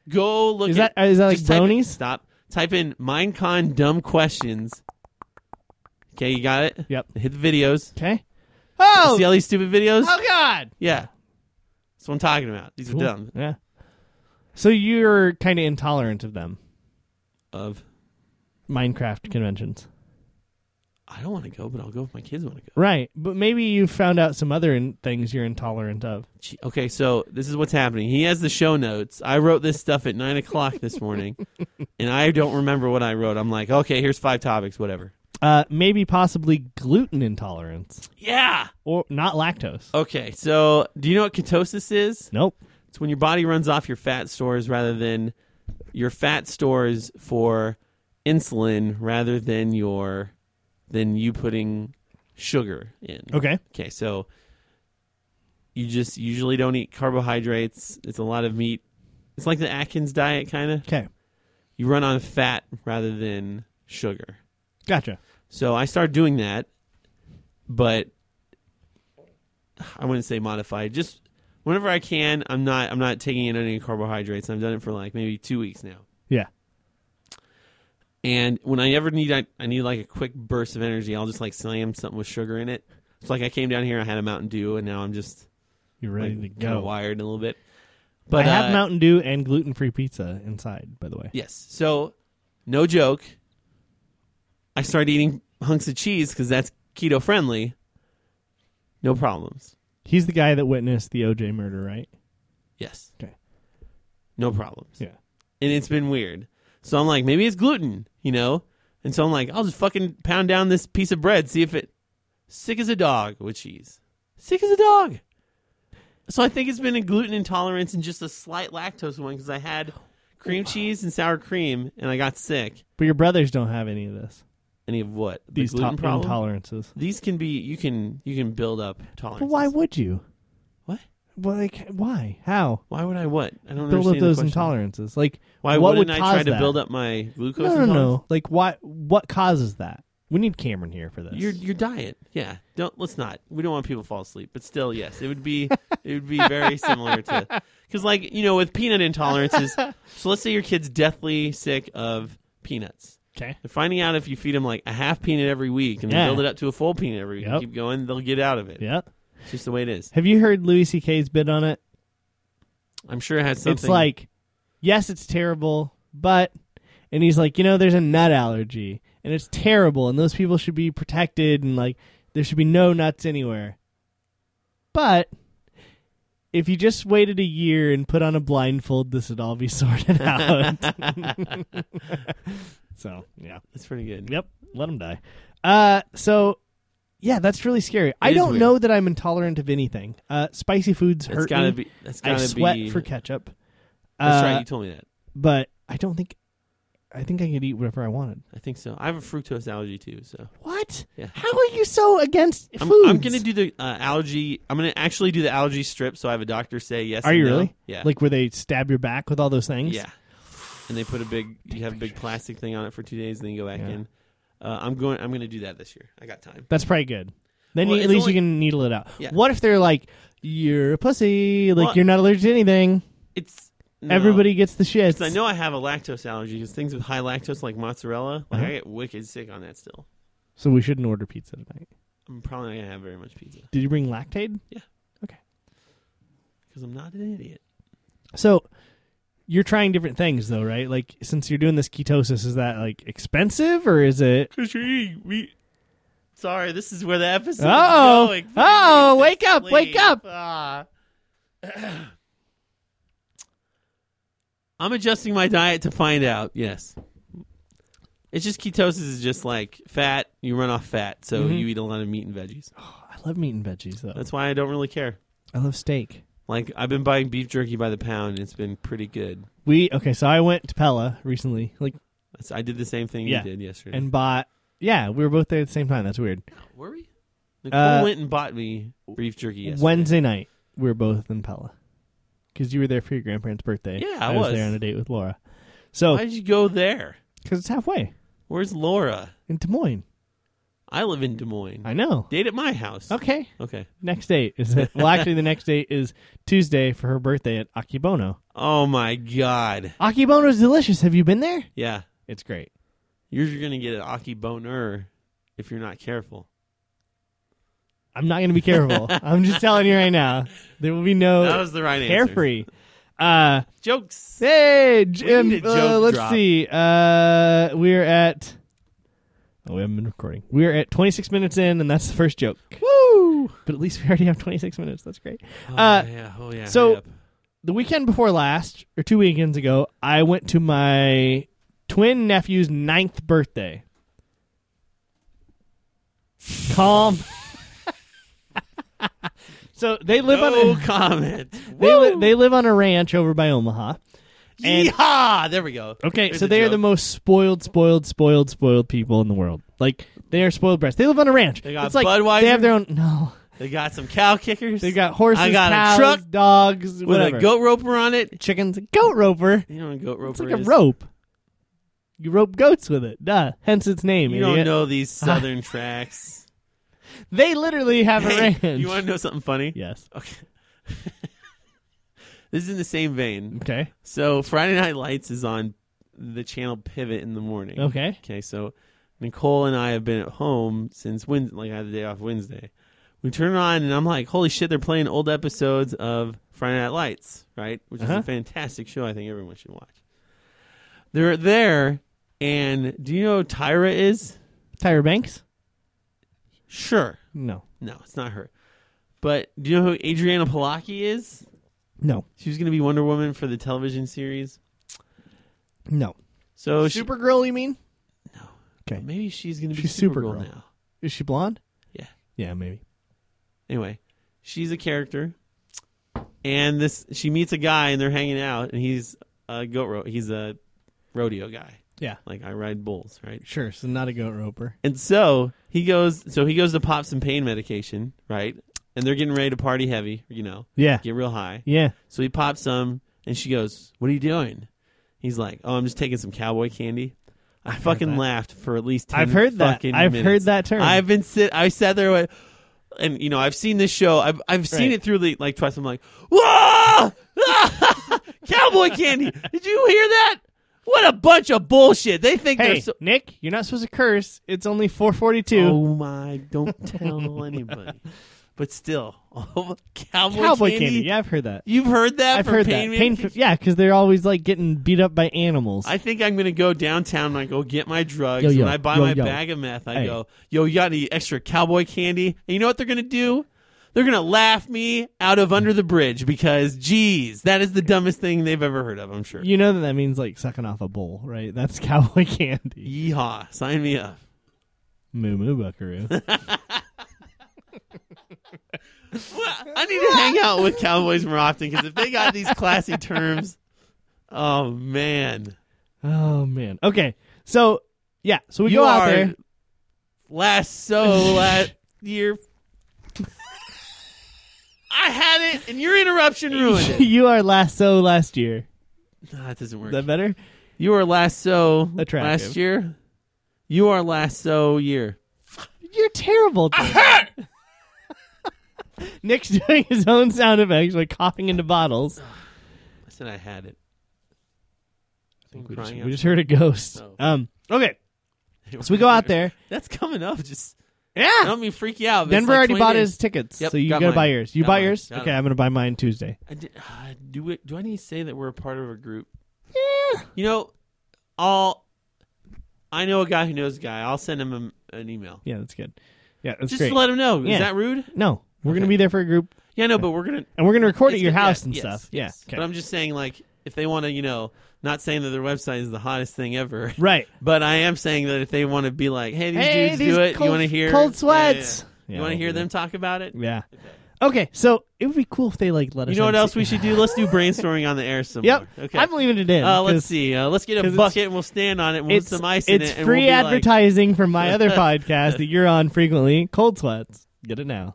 go look
Is
at
that is that like
just type in-
bronies?
stop. Type in Minecon dumb questions. Okay, you got it?
Yep.
Hit the videos.
Okay.
See
Oh,
all these stupid videos?
oh God.
Yeah. That's what I'm talking about. These
Cool.
are dumb.
Yeah. So you're kind of intolerant of them,
Of
Minecraft conventions.
I don't want to go, but I'll go if my kids want to go.
Right, but maybe you found out some other in- things you're intolerant of.
Gee, Okay, so this is what's happening. He has the show notes. I wrote this stuff at nine o'clock this morning, and I don't remember what I wrote. I'm like, okay, here's five topics, whatever.
Uh, maybe possibly gluten intolerance
Yeah.
or not lactose.
Okay, so do you know what ketosis is?
Nope.
It's when your body runs off your fat stores rather than your fat stores for insulin rather than your than you putting sugar in.
Okay.
Okay, so you just usually don't eat carbohydrates. It's a lot of meat. It's like the Atkins diet kind of.
Okay.
You run on fat rather than sugar.
Gotcha.
So I started doing that, but I wouldn't say modified. Just whenever I can, I'm not I'm not taking in any carbohydrates. I've done it for like maybe two weeks now.
Yeah.
And when I ever need I, I need like a quick burst of energy, I'll just like slam something with sugar in it. It's like I came down here, I had a Mountain Dew, and now I'm just
You're
like,
ready to
kinda
go.
wired a little bit. But
I have
uh,
Mountain Dew and gluten-free pizza inside, by the way.
Yes. So, no joke. I started eating hunks of cheese because that's keto friendly. No problems.
He's the guy that witnessed the OJ murder, right?
Yes.
Okay.
No problems.
Yeah.
And it's been weird. So I'm like, maybe it's gluten, you know? And so I'm like, I'll just fucking pound down this piece of bread, see if it sick as a dog with cheese. Sick as a dog. So I think it's been a gluten intolerance and just a slight lactose one because I had cream cheese and sour cream and I got sick.
But your brothers don't have any of this.
any of what The
These
gluten
top
problem?
intolerances.
These can be you can you can build up tolerance.
But why would you?
What?
Well, like, why? How?
Why would I what? I don't understand
Build up
the
those
question.
intolerances. Like,
Why
what
wouldn't
would
I
cause
try to
that?
build up my glucose?
No, no,
intolerance?
no. Like, why? What causes that? We need Cameron here for this.
Your your diet, yeah. Don't let's not. We don't want people to fall asleep, but still, yes, it would be it would be very similar to because like you know with peanut intolerances. so let's say your kid's deathly sick of peanuts.
okay.
They're finding out if you feed them like a half peanut every week and
Yeah.
they build it up to a full peanut every week, and
Yep.
keep going, they'll get out of it.
Yeah.
It's just the way it is.
Have you heard Louis C.K.'s bit on it?
I'm sure it has something.
It's like, yes, it's terrible, but and he's like, you know, there's a nut allergy, and it's terrible, and those people should be protected, and like there should be no nuts anywhere. But if you just waited a year and put on a blindfold, this would all be sorted out. so yeah,
That's pretty good.
yep, let them die. Uh, so yeah, that's really scary. I
is
don't
weird.
know that I'm intolerant of anything. Uh, spicy foods hurt
That's gotta
me.
be. That's
I
gotta
sweat
be.
for ketchup.
that's
Uh,
right. You told me that.
but I don't think I think I could eat whatever I wanted.
I think so. I have a fructose allergy too. So
What?
Yeah.
How are you so against
I'm,
foods?
I'm gonna do the uh, allergy. I'm gonna actually do the allergy strip. So I have a doctor say yes.
Are
and
you
no.
really?
Yeah.
Like where they stab your back with all those things?
yeah. And they put a big. You have a big plastic thing on it for two days, and then you go back
Yeah.
in. Uh, I'm going. I'm gonna do that this year. I got time.
That's probably good. Then
Well,
you, at
it's
least
only-
you can needle it out.
Yeah.
What if they're like, you're a pussy, like
Well-
you're not allergic to anything.
It's no.
Everybody gets the shits.
'Cause I know I have a lactose allergy because things with high lactose, like mozzarella, like
Uh-huh.
I get wicked sick on that. Still,
So we shouldn't order pizza tonight.
I'm probably not gonna have very much pizza
Did you bring lactaid?
because I'm not an idiot.
So you're trying different things though, right? Like since you're doing this ketosis, is that like expensive or is it
Cause you're eating meat. Sorry, this is where the episode.
Uh-oh.
is going. Please,
Uh-oh, wake up,
please.
wake up.
Ah. I'm adjusting my diet to find out. Yes, it's just ketosis is just like fat. You run off fat, so
Mhm.
you eat a lot of meat and veggies.
I love meat and veggies though.
That's why I don't really care.
I love steak.
Like I've been buying beef jerky by the pound. and It's been pretty good.
We okay, so I went to Pella recently, like
That's- I did the same thing
Yeah.
you did yesterday.
and bought yeah, we were both there at the same time. That's weird.
were we? Nicole
Uh,
went and bought me beef jerky yesterday.
Wednesday night, we were both in Pella. Because you were there for your grandparents' birthday.
Yeah, I
I was,
was.
there on a date with Laura. So
Why did you go there?
because it's halfway
Where's Laura?
in Des Moines.
I live in Des Moines.
I know.
Date at my house.
Okay.
Okay.
Next date is it? well, actually, the next date is Tuesday for her birthday at Akibono.
Oh my God.
Akibono is delicious. Have you been there?
Yeah.
It's great.
You're gonna get an Aki boner if you're not careful.
I'm not going to be careful. I'm just telling you right now. There will be
That
no
was the right answer.
carefree. Uh,
Jokes.
Hey, Jim.
need a
uh,
joke
let's
drop.
see. Uh, we're at. Oh, we haven't been recording. We're at 26 minutes in, and that's the first joke.
Woo.
But at least we already have 26 minutes. That's great.
Oh,
Uh,
yeah. Oh yeah.
so-
Hurry up.
The weekend before last, or two weekends ago, I went to my twin nephew's ninth birthday. Calm. so they live
no
on a,
comment.
they, li-
Woo.
they live on a ranch over by Omaha. and-
Yeehaw! There we go.
Okay,
There's
so
a
they are the
joke.
most spoiled, spoiled, spoiled, spoiled people in the world. Like they are spoiled brats. They live on a ranch.
They got
it's like
Budweiser?
They have their own. No,
They got some cow kickers.
they got horses,
I got a
cows,
truck
dogs,
with
whatever.
a goat roper on it.
chickens, a goat roper.
You know what a goat roper
It's like a
is?
rope. You rope goats with it. Duh. Hence its name.
You don't
idiot.
know these southern tracks.
They literally have a
Hey,
ranch.
You want to know something funny?
yes.
Okay. this is in the same vein.
Okay.
So Friday Night Lights is on the channel Pivot in the morning.
Okay.
Okay, so Nicole and I have been at home since Wednesday. Like I had the day off Wednesday. We turn it on and I'm like, holy shit, they're playing old episodes of Friday Night Lights, right? Which is
Uh-huh.
a fantastic show. I think everyone should watch. They're there, and do you know who Tyra is?
Tyra Banks.
Sure.
No.
No, it's not her. But do you know who Adriana Palaki is?
No.
She was going to be Wonder Woman for the television series.
No.
So Oh, she-
Supergirl. You mean?
maybe she's going to be
She's
Supergirl,
Supergirl.
now.
Is she blonde?
Yeah.
Yeah, maybe.
Anyway, she's a character, and this she meets a guy and they're hanging out, and he's a goat ro- he's a rodeo guy.
Yeah.
Like I ride bulls, right?
Sure. So not a goat roper.
And so he goes, so he goes to pop some pain medication, right? And they're getting ready to party heavy, you know,
Yeah.
get real high.
Yeah.
So he pops some, and she goes, "What are you doing?" He's like, "Oh, I'm just taking some cowboy candy." I fucking
that.
laughed for at least. 10
I've heard that.
fucking
I've
minutes.
heard that term.
I've been sit. I sat there with, and you know, I've seen this show. I've I've seen
Right.
it through the like twice. I'm like, "Whoa, cowboy candy! Did you hear that? What a bunch of bullshit! They think
Hey,
they're so."
Nick, you're not supposed to curse. It's only 442.
Oh my! Don't tell anybody. but still, oh, cowboy,
Cowboy
candy.
candy. Yeah, I've heard that.
You've heard that
I've
from
heard
Pain Man
that. Pain,
Kitchen?
yeah, because they're always like getting beat up by animals.
I think I'm gonna go downtown and I go get my drugs.
Yo, yo,
when I buy
yo,
my
yo.
bag of meth, I
Hey.
go, "Yo, you got any extra cowboy candy?" And you know what they're gonna do? They're gonna laugh me out of under the bridge because, geez, that is the dumbest thing they've ever heard of. I'm sure.
you know that that means like sucking off a bull, right? That's cowboy candy.
Yeehaw! Sign me up.
Moo moo buckaroo.
I need to hang out with cowboys more often because if they got these classy terms, oh man,
oh man. Okay. So yeah. So we
you
go
are
out there.
last so last year. I had it, and your interruption ruined it.
you are lasso last year.
Ah, that doesn't work.
Is that better?
You were lasso
Attractive.
last year. You are lasso year.
You're terrible. dude. Nick's doing his own sound effects, like coughing into bottles.
I said I had it. I think
We just, we just heard a ghost.
Oh.
Um. Okay. So we go out there.
That's coming up. Just I
Yeah.
don't mean freak you out. but Oh, it's
Denver
like
already
20
bought
days.
his tickets,
Yep,
so you
got
gotta buy
mine.
yours. You
Got
buy
mine.
yours.
Got
okay,
it.
I'm gonna buy mine Tuesday.
I did, uh, do it. Do I need to say that we're a part of a group? Yeah. You know, all I know a guy who knows a guy. I'll send him a, an email.
Yeah, that's good. Yeah, that's
Just
great.
to let him know.
Yeah.
Is that rude?
no, we're gonna
Okay.
be there for a group,
Yeah, no, but we're gonna
and we're gonna record at
It's
your
good,
house
yeah,
and
yes,
stuff.
yes.
Yeah.
But
Okay.
I'm just saying, like, if they want to, you know, not saying that their website is the hottest thing ever,
Right.
but I am saying that if they want to be like, hey, these
Hey,
dudes
these
do it,
cold-
you want to hear
cold
Yeah, yeah, yeah.
sweats. Yeah,
you want
we'll
to
do
hear them talk about it?
Yeah. Okay. So it would be cool if they like let us.
You know what
have
else
se-
we should do? Let's do brainstorming on the air some
Yep.
more. Okay.
I'm leaving it in.
uh, let's
'cause
see. Uh, let's get
'cause
a
it's-
bucket and we'll stand on it. And we'll put
It's
some ice in
it's
it. and we'll
free
be like-
advertising from my other podcast that you're on frequently. Cold sweats. Get it now.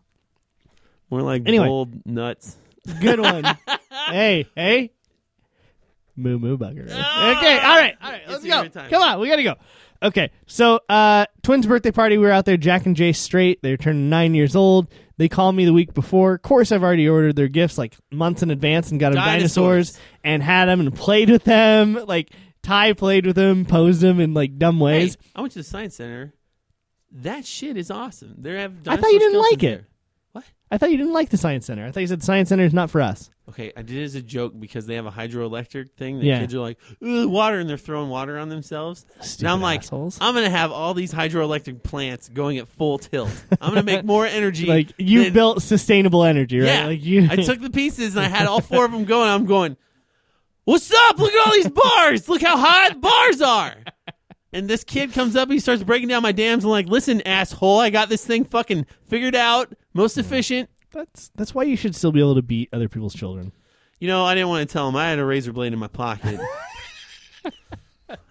we're like
Anyway.
bold nuts.
Good one. hey, hey. Moo moo bugger. Okay, all right, all right,
It's
let's
your
go.
time.
Come on, we gotta go. Okay, so uh, twins' birthday party. We were out there. Jack and Jay Straight. They're turning nine years old. They called me the week before. Of course, I've already ordered their gifts like months in advance and got them dinosaurs,
Dinosaurs.
and had them and played with them. Like Ty played with them, posed them in like dumb
Hey,
ways.
I went to the science center. That shit is awesome. They have.
I thought
dinosaur
you didn't like
skeletons
it.
there.
I thought you didn't like the science center. I thought you said science center is not for us.
Okay, I did it as a joke because they have a hydroelectric thing. The
Yeah.
kids are like, ooh, water, and they're throwing water on themselves.
Stupid
Now I'm like,
assholes.
I'm going to have all these hydroelectric plants going at full tilt. I'm going to make more energy.
like you
than-
built sustainable energy, right?
Yeah.
Like you.
I took the pieces and I had all four of them going. I'm going, what's up? Look at all these bars. Look how high the bars are. And this kid comes up, he starts breaking down my dams. and like, listen, asshole, I got this thing fucking figured out, most efficient.
That's that's why you should still be able to beat other people's children.
You know, I didn't want to tell him. I had a razor blade in my pocket.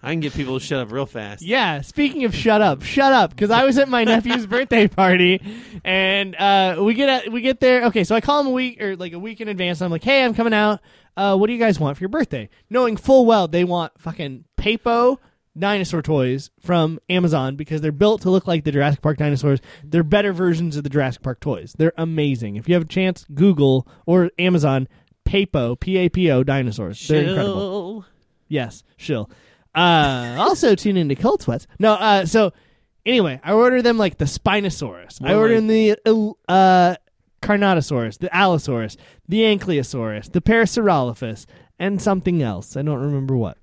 I can get people to shut up real fast.
Yeah. Speaking of shut up, shut up, because I was at my nephew's birthday party, and uh, we get at, we get there. Okay, so I call him a week or like a week in advance. And I'm like, hey, I'm coming out. Uh, what do you guys want for your birthday? Knowing full well they want fucking papo dinosaur toys from Amazon because they're built to look like the Jurassic Park dinosaurs. They're better versions of the Jurassic Park toys. They're amazing. If you have a chance, Google or Amazon. Papo, P A P O dinosaurs. They're incredible.
Chill.
Yes, she'll. Uh, also tune into Cold Sweats. No, uh, so anyway, I order them like the Spinosaurus. I
Well,
order
like-
them the uh, Carnotosaurus, the Allosaurus, the Ankylosaurus, the Parasaurolophus, and something else. I don't remember what.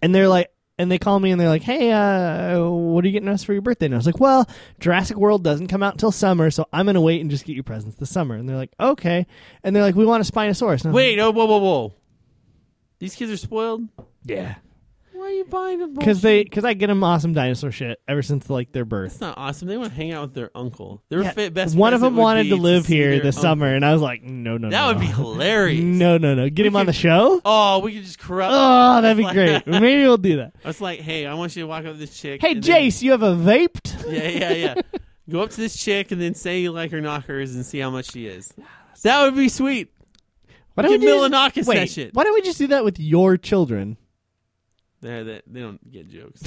And they're like, and they call me and they're like, "Hey, uh, what are you getting us for your birthday?" And I was like, "Well, Jurassic World doesn't come out until summer, so I'm gonna wait and just get you presents this summer." And they're like, "Okay," and they're like, "We want a Spinosaurus." And I'm
Wait, oh, whoa, whoa, whoa. These kids are spoiled?
like, yeah.
Why are you buying them?
because they because I get them awesome dinosaur shit ever since like their birth.
It's not awesome. They want to hang out with their uncle. Their
Yeah,
fit best
One of
present
them
would
wanted
be
to live
see
here
their
this
uncle.
summer, and I was like, no, no,
That
no.
would be hilarious.
no, no, no. Get him on
could-
the show.
Oh, we could just corrupt.
Oh, that'd be
It's
great.
like-
Maybe we'll do that.
I was like, hey, I want you to walk up to this chick.
Hey,
and then-
Jace, you have a vaped?
yeah, yeah, yeah. Go up to this chick and then say you like her knockers and see how much she is. That would be sweet.
Why
Give
do
Milonakis
wait,
that shit.
Why don't we just do that with your children?
They're, they, they don't get jokes.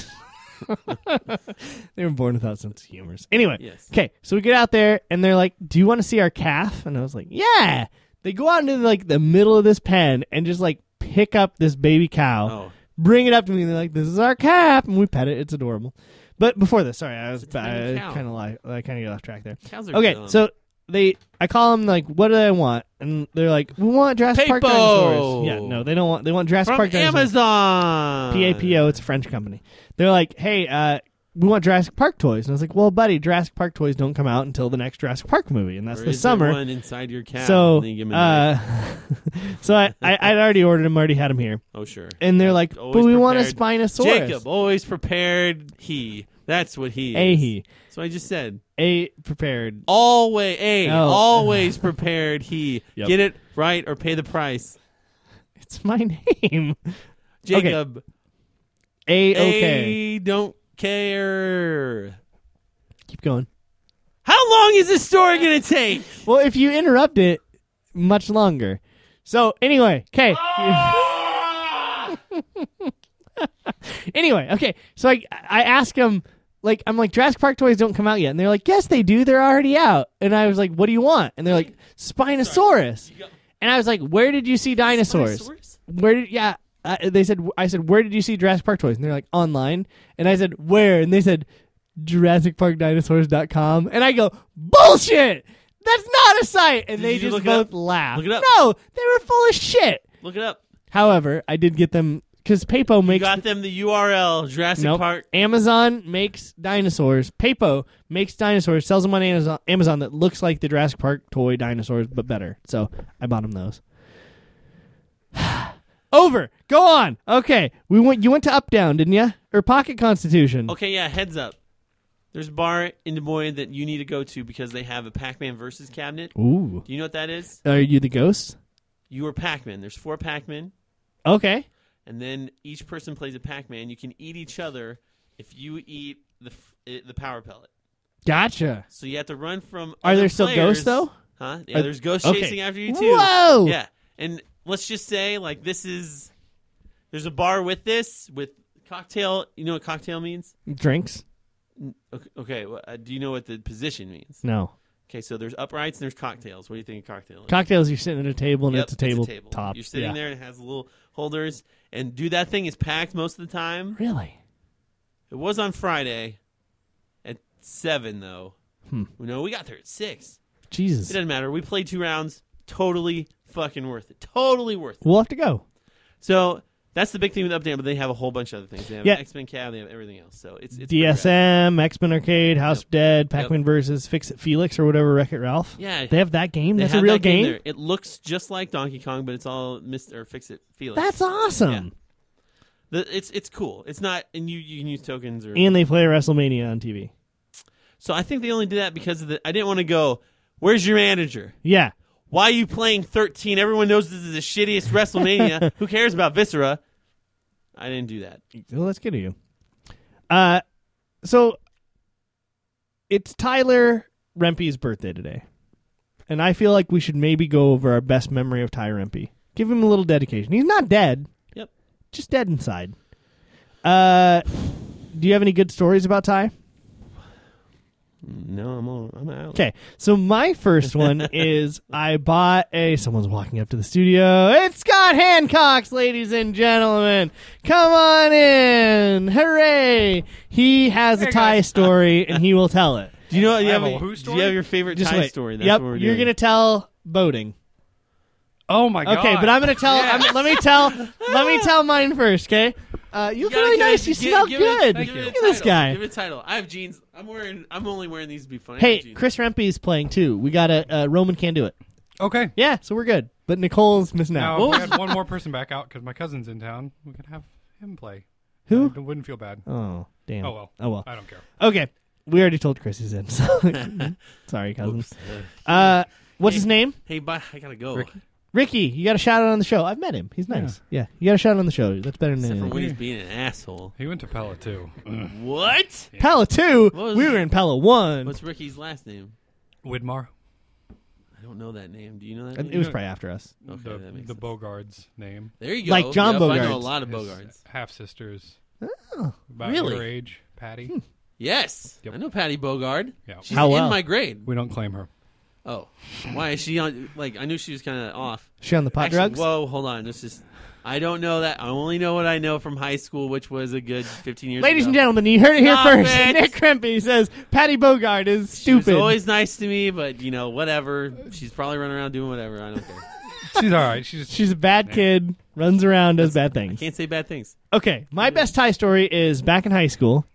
They were born without sense of humors. Anyway,
Yes.
okay, so we get out there and they're like, "Do you want to see our calf?" And I was like, "Yeah." They go out into like the middle of this pen and just like pick up this baby cow.
Oh,
bring it up to me. And they're like, "This is our cap," and we pet it. It's adorable. But before this, sorry, I was
tiny cow.
kind of like I kind of got off track there.
cows are
Okay,
dumb.
so they I call them like, what do they want? And they're like, we want Jurassic Park
Papo.
dinosaurs. Yeah, no, they don't want. They want Jurassic
From
Park dinosaurs.
Amazon.
PAPO. It's a French company. They're like, hey, uh, we want Jurassic Park toys, and I was like, well, buddy, Jurassic Park toys don't come out until the next Jurassic Park movie, and that's
Or
the
is there
summer.
one inside your cab?
so,
And then you give 'em a knife?
uh, so I, I I'd already ordered them, already had them here,
oh sure.
and they're like,
Always
but we want a
prepared.
Spinosaurus.
Jacob always prepared. He. That's what he. Is.
a he,
So I just said
a prepared.
always a
Oh.
always prepared. He
Yep.
get it right or pay the price.
It's my name.
Jacob.
A okay.
A don't care.
Keep going.
How long is this story gonna take?
Well, if you interrupt it, much longer. So anyway, okay. anyway, okay. So I I ask him like I'm like Jurassic Park toys don't come out yet, and they're like yes they do, they're already out. And I was like, what do you want? And they're like Spinosaurus. And I was like, where did you see dinosaurs? Where did yeah? I, they said I said where did you see Jurassic Park toys? And they're like online. And I said where? And they said JurassicParkDinosaurs.com. And I go bullshit. That's not a site. And
Did
they
you
just
look it
both
up?
laughed.
Look it up.
No, they were full of shit.
Look it up.
However, I did get them because Papo
You
makes
got them the URL. Jurassic
Nope.
Park.
Amazon makes dinosaurs. Papo makes dinosaurs. Sells them on Amazon, Amazon that looks like the Jurassic Park toy dinosaurs, but better. So I bought them those. Over. Go on. Okay. We went. You went to Up Down, didn't you? Or Pocket Constitution?
Okay, yeah. Heads up. There's a bar in Des Moines that you need to go to because they have a Pac-Man versus cabinet.
Ooh.
Do you know what that is?
Are you the ghost?
You are Pac-Man. There's four Pac-Man,
Okay.
and then each person plays a Pac-Man. You can eat each other if you eat the f- eh, the power pellet.
Gotcha.
So you have to run from.
Are
other
there still
players-
ghosts, though?
Huh? Yeah,
Are-
there's ghosts
okay.
chasing after you too.
Whoa.
Yeah, and let's just say like this is there's a bar with this with cocktail. You know what cocktail means?
Drinks?
Okay, okay well, uh, do you know what the position means?
No.
Okay, so there's uprights and there's cocktails. What do you think of cocktail? is?
Cocktails. You're sitting at a table and
Yep,
it's a table, top.
You're sitting
Yeah.
there and it has little holders. And do that thing is packed most of the time.
Really?
It was on Friday at seven though.
Hmm.
No, we got there at six. It
Jesus.
doesn't matter. We played two rounds. Totally fucking worth it. Totally worth it.
We'll have to go.
So that's the big thing with Update, but they have a whole bunch of other things. They have
Yeah.
X Men Cab, they have everything else. So it's, it's pretty rad. Oh,
DSM, X Men Arcade, House of Dead, Pac Man versus Fix It Felix or whatever Wreck It Ralph.
Yeah.
they have that game.
They
That's
have
a real
that game.
game.
there. It looks just like Donkey Kong, but it's all Mr. or Fix It Felix.
That's awesome.
the, it's it's cool. It's not, and you you can use tokens or
And they play WrestleMania on TV.
So I think they only did that because of the. I didn't want to go. Where's your manager?
Yeah,
Why are you playing 13? Everyone knows this is the shittiest WrestleMania. Who cares about Viscera? I didn't do that.
well, that's good of you. Uh, so it's Tyler Rempe's birthday today, and I feel like we should maybe go over our best memory of Ty Rempe. Give him a little dedication. He's not dead.
Yep.
just dead inside. Uh, do you have any good stories about Ty?
No, I'm all, I'm out.
Okay, so my first one is I bought a. Someone's walking up to the studio. It's Scott Hancock's, ladies and gentlemen. Come on in, hooray! He has a tie story, and he will tell it.
Do you know you
I
have,
have a
a-
who
Do
story?
you have your favorite
Just
Ty
wait.
story? That's
yep,
what we're
you're
doing.
gonna tell boating.
Oh my god.
Okay, but I'm gonna tell. I'm- let me tell. Let me tell mine first. Okay. Uh, you look
gotta
really
give
nice.
it-
You
give-
smell
give it-
good.
give it a
Look at this
title.
guy.
Give it a title. I have jeans. I'm wearing. I'm only wearing these to be funny. I have
Hey,
jeans.
Chris Rempe's playing too. We got a uh, Roman can't do it.
Okay.
Yeah, so we're good. But Nicole's missing out.
Now, if we had one more person back out because my cousin's in town, we could have him play.
Who?
I wouldn't feel bad.
Oh damn.
Oh well.
Oh well.
I don't care.
Okay. We already told Chris he's in. So. Sorry, cousin. Uh, what's his name?
Hey, bye. I gotta go.
Ricky. You got a shout out on the show. I've met him. He's nice. Yeah. You got a shout out on the show. That's better than
Except for
anything.
when he's being an asshole.
He went to Pella too.
What?
Pella two.
was-
We were in Pella one.
What's Ricky's last name?
Widmar,
I don't know that name. Do you know that?
And
Name?
it was probably after us.
Okay,
the,
that makes
the
sense.
Bogard's name.
There you go.
Like John
Yep, I know a
Bogarts.
lot of
His
Bogarts.
Half sisters.
Oh,
about
really?
your age, Patty.
Yes,
Yep.
I know Patty Bogard.
Yeah.
She's
Hmm. How
in
well?
my grade.
We don't claim her.
Oh, why is she on? Like I knew she was kind of off.
She on the pot
Actually,
drugs.
Whoa, hold on. This is I don't know that. I only know what I know from high school, which was a good 15 years
Ladies
ago.
and gentlemen, you heard it here
Stop
first.
it.
Nick Krempe says Patty Bogart is
She was
stupid.
always nice to me, but, you know, whatever. She's probably running around doing whatever. I don't care.
She's all right. She just
She's a bad kid, runs around, does bad things.
Can't say bad things.
Okay, my best tie story is back in high school.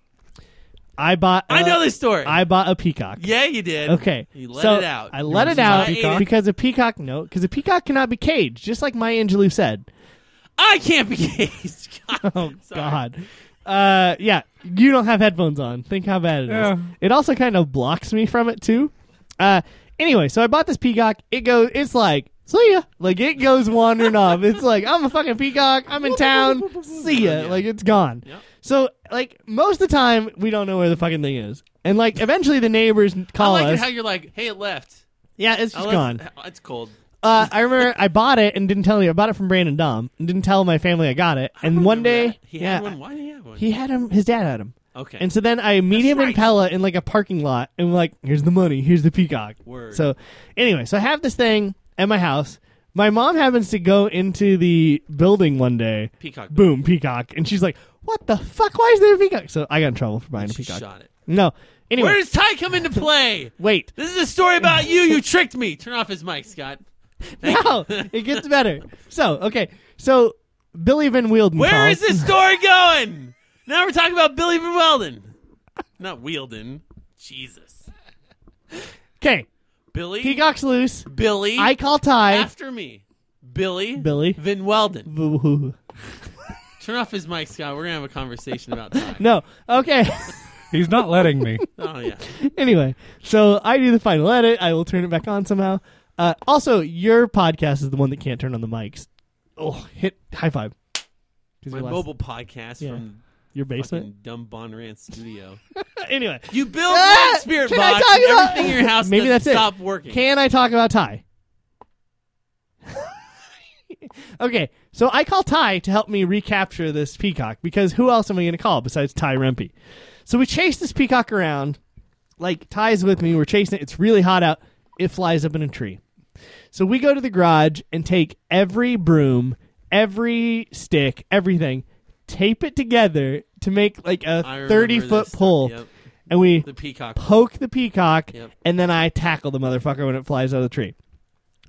I bought.
I
a-
know this story.
Uh, I bought a peacock.
yeah, you did.
Okay,
You let
so
it out.
I let
You
it out
ate it.
because a peacock. No, because a peacock cannot be caged, just like Maya Angelou said.
I can't be caged. God,
Oh
sorry.
God. Uh, yeah, you don't have headphones on. Think how bad it is.
Yeah.
It also kind of blocks me from it too. Uh, anyway, so I bought this peacock. It goes. It's like see ya. Like it goes wandering off. It's like I'm a fucking peacock. I'm in town. See ya.
Yeah.
Like it's gone.
Yep.
So like most of the time we don't know where the fucking thing is, and like eventually the neighbors
I
call
like it
us.
how you're like, hey, it left.
yeah, it's
I
just
left-
gone.
It's cold.
Uh, I remember I bought it and didn't tell you. I bought it from Brandon Dom and didn't tell my family I got it.
I
And one day,
remember that. he
yeah,
had one. Why did he have one?
he had him. His dad had him.
okay.
And so then I meet him
right.
and Pella in like a parking lot, and we're like, "Here's the money. Here's the peacock."
Word.
So anyway, so I have this thing at my house. My mom happens to go into the building one day.
peacock.
Boom, peacock, and she's like, "What the fuck? Why is there a peacock?" So I got in trouble for buying a
She
peacock.
shot it.
No. Anyway,
Where does Ty come into play?
wait.
This is a story about you. You tricked me. Turn off his mic, Scott.
No, it gets better. So okay, so Billy Van Wielden.
Where
calls.
is this story going? Now we're talking about Billy Van Weldon. Not Wielden. Jesus.
Okay,
Billy.
peacock's loose.
Billy.
I call Ty.
after me. Billy.
Billy.
Van Weldon.
Boo-hoo.
Turn off his mic, Scott. We're going to have a conversation about Ty.
No. Okay.
he's not letting me.
Oh, yeah.
anyway, so I do the final edit. I will turn it back on somehow. Uh, also, your podcast is the one that can't turn on the mics. Oh, hit high five. 'Cause
My
you lost
mobile podcast
Yeah.
from
your basement.
fucking dumb Bonrant studio.
anyway,
You build
Ah!
one spirit
Can I
box,
talk
and
about-
everything in your house
Maybe
doesn't
that's it.
stop working.
can I talk about Ty? okay, so I call Ty to help me recapture this peacock because who else am I going to call besides Ty Rempe? So we chase this peacock around. Like Ty's with me, we're chasing it. It's really hot out. It flies up in a tree. So we go to the garage and take every broom, every stick, everything, tape it together to make like
I
a
remember
30
this
foot
stuff.
pole.
Yep.
And we
The peacock.
poke the peacock,
Yep.
and then I tackle the motherfucker when it flies out of the tree.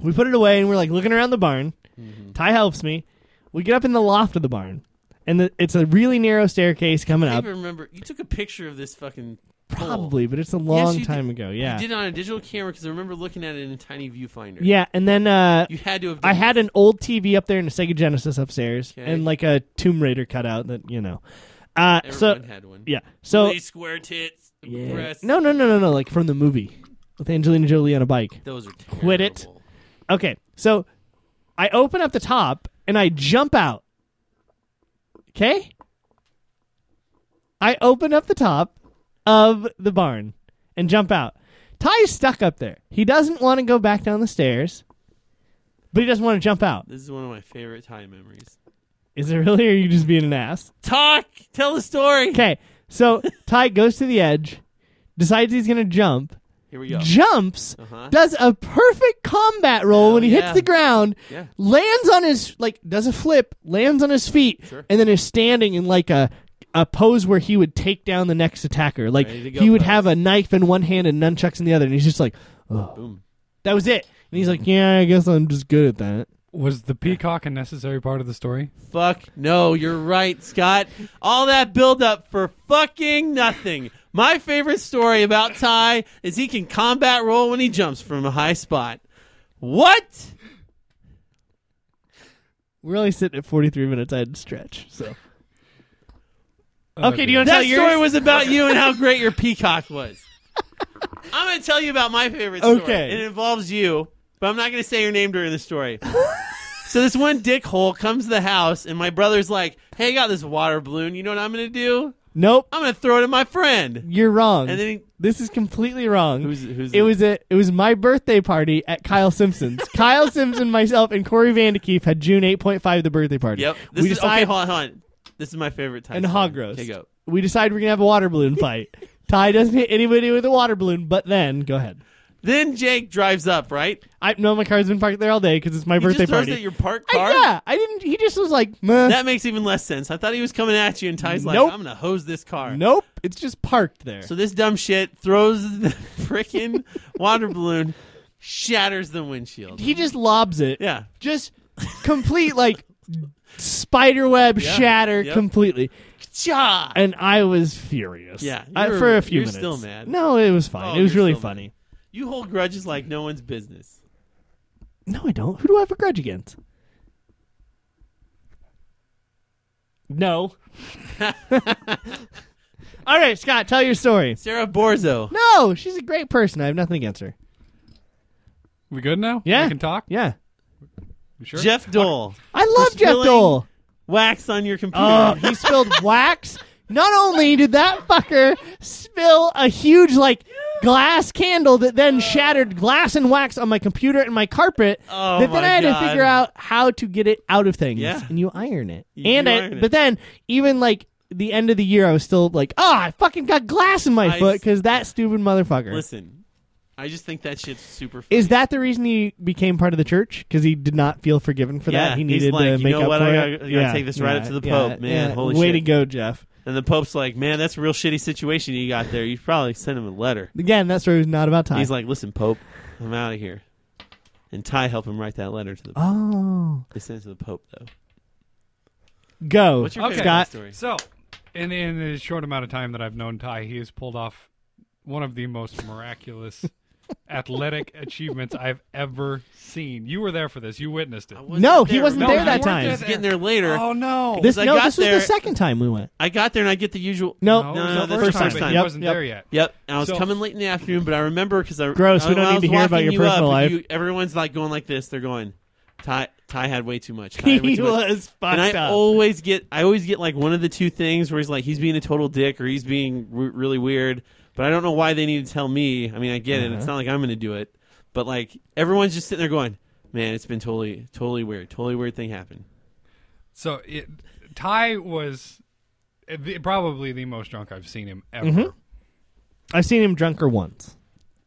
We put it away, and we're like looking around the barn.
Mm-hmm.
Ty helps me. We get up in the loft of the barn, and the, it's a really narrow staircase coming
I
up.
don't even remember. You took a picture of this fucking pole.
Probably, but it's a
Yes,
long
you did.
time ago. Yeah,
You did it on a digital camera because I remember looking at it in a tiny viewfinder.
yeah. And then uh,
You had to have. Done
I had
this.
an old TV up there and a Sega Genesis upstairs,
Okay.
and like a Tomb Raider cutout that you know. Uh, so
Everyone had one.
yeah, so
These square tits.
yeah.
breasts.
no, no, no, no, no, like from the movie with Angelina Jolie on a bike.
Those are terrible.
Quit it. Okay, so I open up the top and I jump out. Okay? I open up the top of the barn and jump out. Ty's stuck up there. He doesn't want to go back down the stairs, but he doesn't want to jump out.
This is one of my favorite time memories.
Is it really, or are you just being an ass?
Talk. Tell the story.
Okay, so Ty goes to the edge, decides he's going to jump,
Here we go.
jumps,
Uh-huh.
does a perfect combat roll when he
yeah.
hits the ground,
Yeah.
lands on his like does a flip, lands on his feet,
Sure.
and then is standing in like a a pose where he would take down the next attacker. Like
Ready to go
he would
pose.
have a knife in one hand and nunchucks in the other, and he's just like, oh.
Boom.
that was it. And he's like, yeah, I guess I'm just good at that.
Was the peacock a necessary part of the story?
Fuck no, you're right, Scott. All that build up for fucking nothing. My favorite story about Ty is he can combat roll when he jumps from a high spot. What?
We're only sitting at 43 minutes. I had to stretch. So okay, do you
dear.
want to tell
That
yours?
story was about you and how great your peacock was. I'm going to tell you about my favorite story.
Okay.
It involves you, but I'm not going to say your name during the story. so this one dickhole comes to the house, and my brother's like, "Hey, I got this water balloon. You know what I'm going to do?
nope,
I'm going to throw it at my friend."
you're wrong.
And then he
This is completely wrong.
Who's- who's
it
it?
was a it was my birthday party at Kyle Simpson's. Kyle Simpson, myself, and Corey Vandekeef had June eight point five the birthday party.
Yep. This
we
is
decide
okay. Hold on, hold on. This is my favorite time.
and
story.
hog roast.
Okay, go.
We decide we're gonna have a water balloon fight. Ty doesn't hit anybody with a water balloon, but then go ahead.
Then Jake drives up, right?
I no, my car's been parked there all day because it's my
He
birthday
just throws
party.
it at your parked
I-
car.
yeah, I didn't. He just was like, Meh,
That makes even less sense. I thought he was coming at you, and Ty's like,
Nope.
"I'm gonna hose this car."
nope, it's just parked there.
So this dumb shit throws the freaking water balloon, shatters the windshield.
he just lobs it.
Yeah,
just complete like spider web
Yeah,
shatter
yep.
completely.
Cha!
And I was furious.
Yeah,
I-
you're-
for a few
you're
minutes.
still mad.
No, it was fine.
Oh,
it was
you're
really
still mad.
funny.
You hold grudges like no one's business.
No, I don't. Who do I have a grudge against? No. All right, Scott, tell your story.
Sarah Borzo.
No, she's a great person. I have nothing against her.
We good now?
Yeah.
We can talk?
Yeah.
You sure?
Jeff Dole.
I love Jeff
spilling-
Dole.
Wax on your computer.
Oh, he spilled wax. Not only did that fucker spill a huge like glass candle that then shattered glass and wax on my computer and my carpet.
Oh,
that then
my
I had to
God.
figure out how to get it out of things.
Yeah.
And you iron it.
You
and I,
iron it.
but then even like the end of the year, I was still like, oh, I fucking got glass in my
I
foot
s-
because that stupid motherfucker.
Listen, I just think that shit's super funny.
Is that the reason he became part of the church? Because he did not feel forgiven for
Yeah,
that. He
he's
needed
like,
to
"You
make
know
up
what?
for
I
it.
gotta- I gotta take this right up to the Pope, man. Holy
Way to
shit.
go, Jeff.
And the Pope's like, man, that's a real shitty situation you got there. You should probably send him a letter.
Again, that story was not about time.
He's like, listen, Pope, I'm out of here. And Ty helped him write that letter to the Pope.
oh,
They sent it to the Pope, though.
go.
What's your favorite
Scott.
story?
So, in in the short amount of time that I've known Ty, he has pulled off one of the most miraculous athletic achievements I've ever seen. You were there for this. You witnessed it.
I wasn't
No, he wasn't
No,
there
you
that
weren't
time.
there.
He's getting there later.
Oh no!
This
I
no,
got
this
there-
was the second time we went.
I got there and I get the usual.
No,
no, no,
it was
the first
time,
time.
but he
Yep,
wasn't
yep.
there yet.
Yep, and I was
So-
coming late in the afternoon, but I remember because I
Gross, we
I-
don't
when I
need to
was
hear about
walking
your
you
personal
up,
life.
you- everyone's like going like this. They're going, Ty, Ty had way too much. Ty
He
had way too much.
was fucked
and I
up.
always get, I always get like one of the two things where he's like, he's being a total dick or he's being r- really weird. But I don't know why they need to tell me. I mean, I get it. It's
Uh-huh.
not like I'm going to do it. But like everyone's just sitting there going, man, it's been totally, totally weird. Totally weird thing happened.
So it, Ty was uh, the- probably the most drunk I've seen him ever.
Mm-hmm. I've seen him drunker once.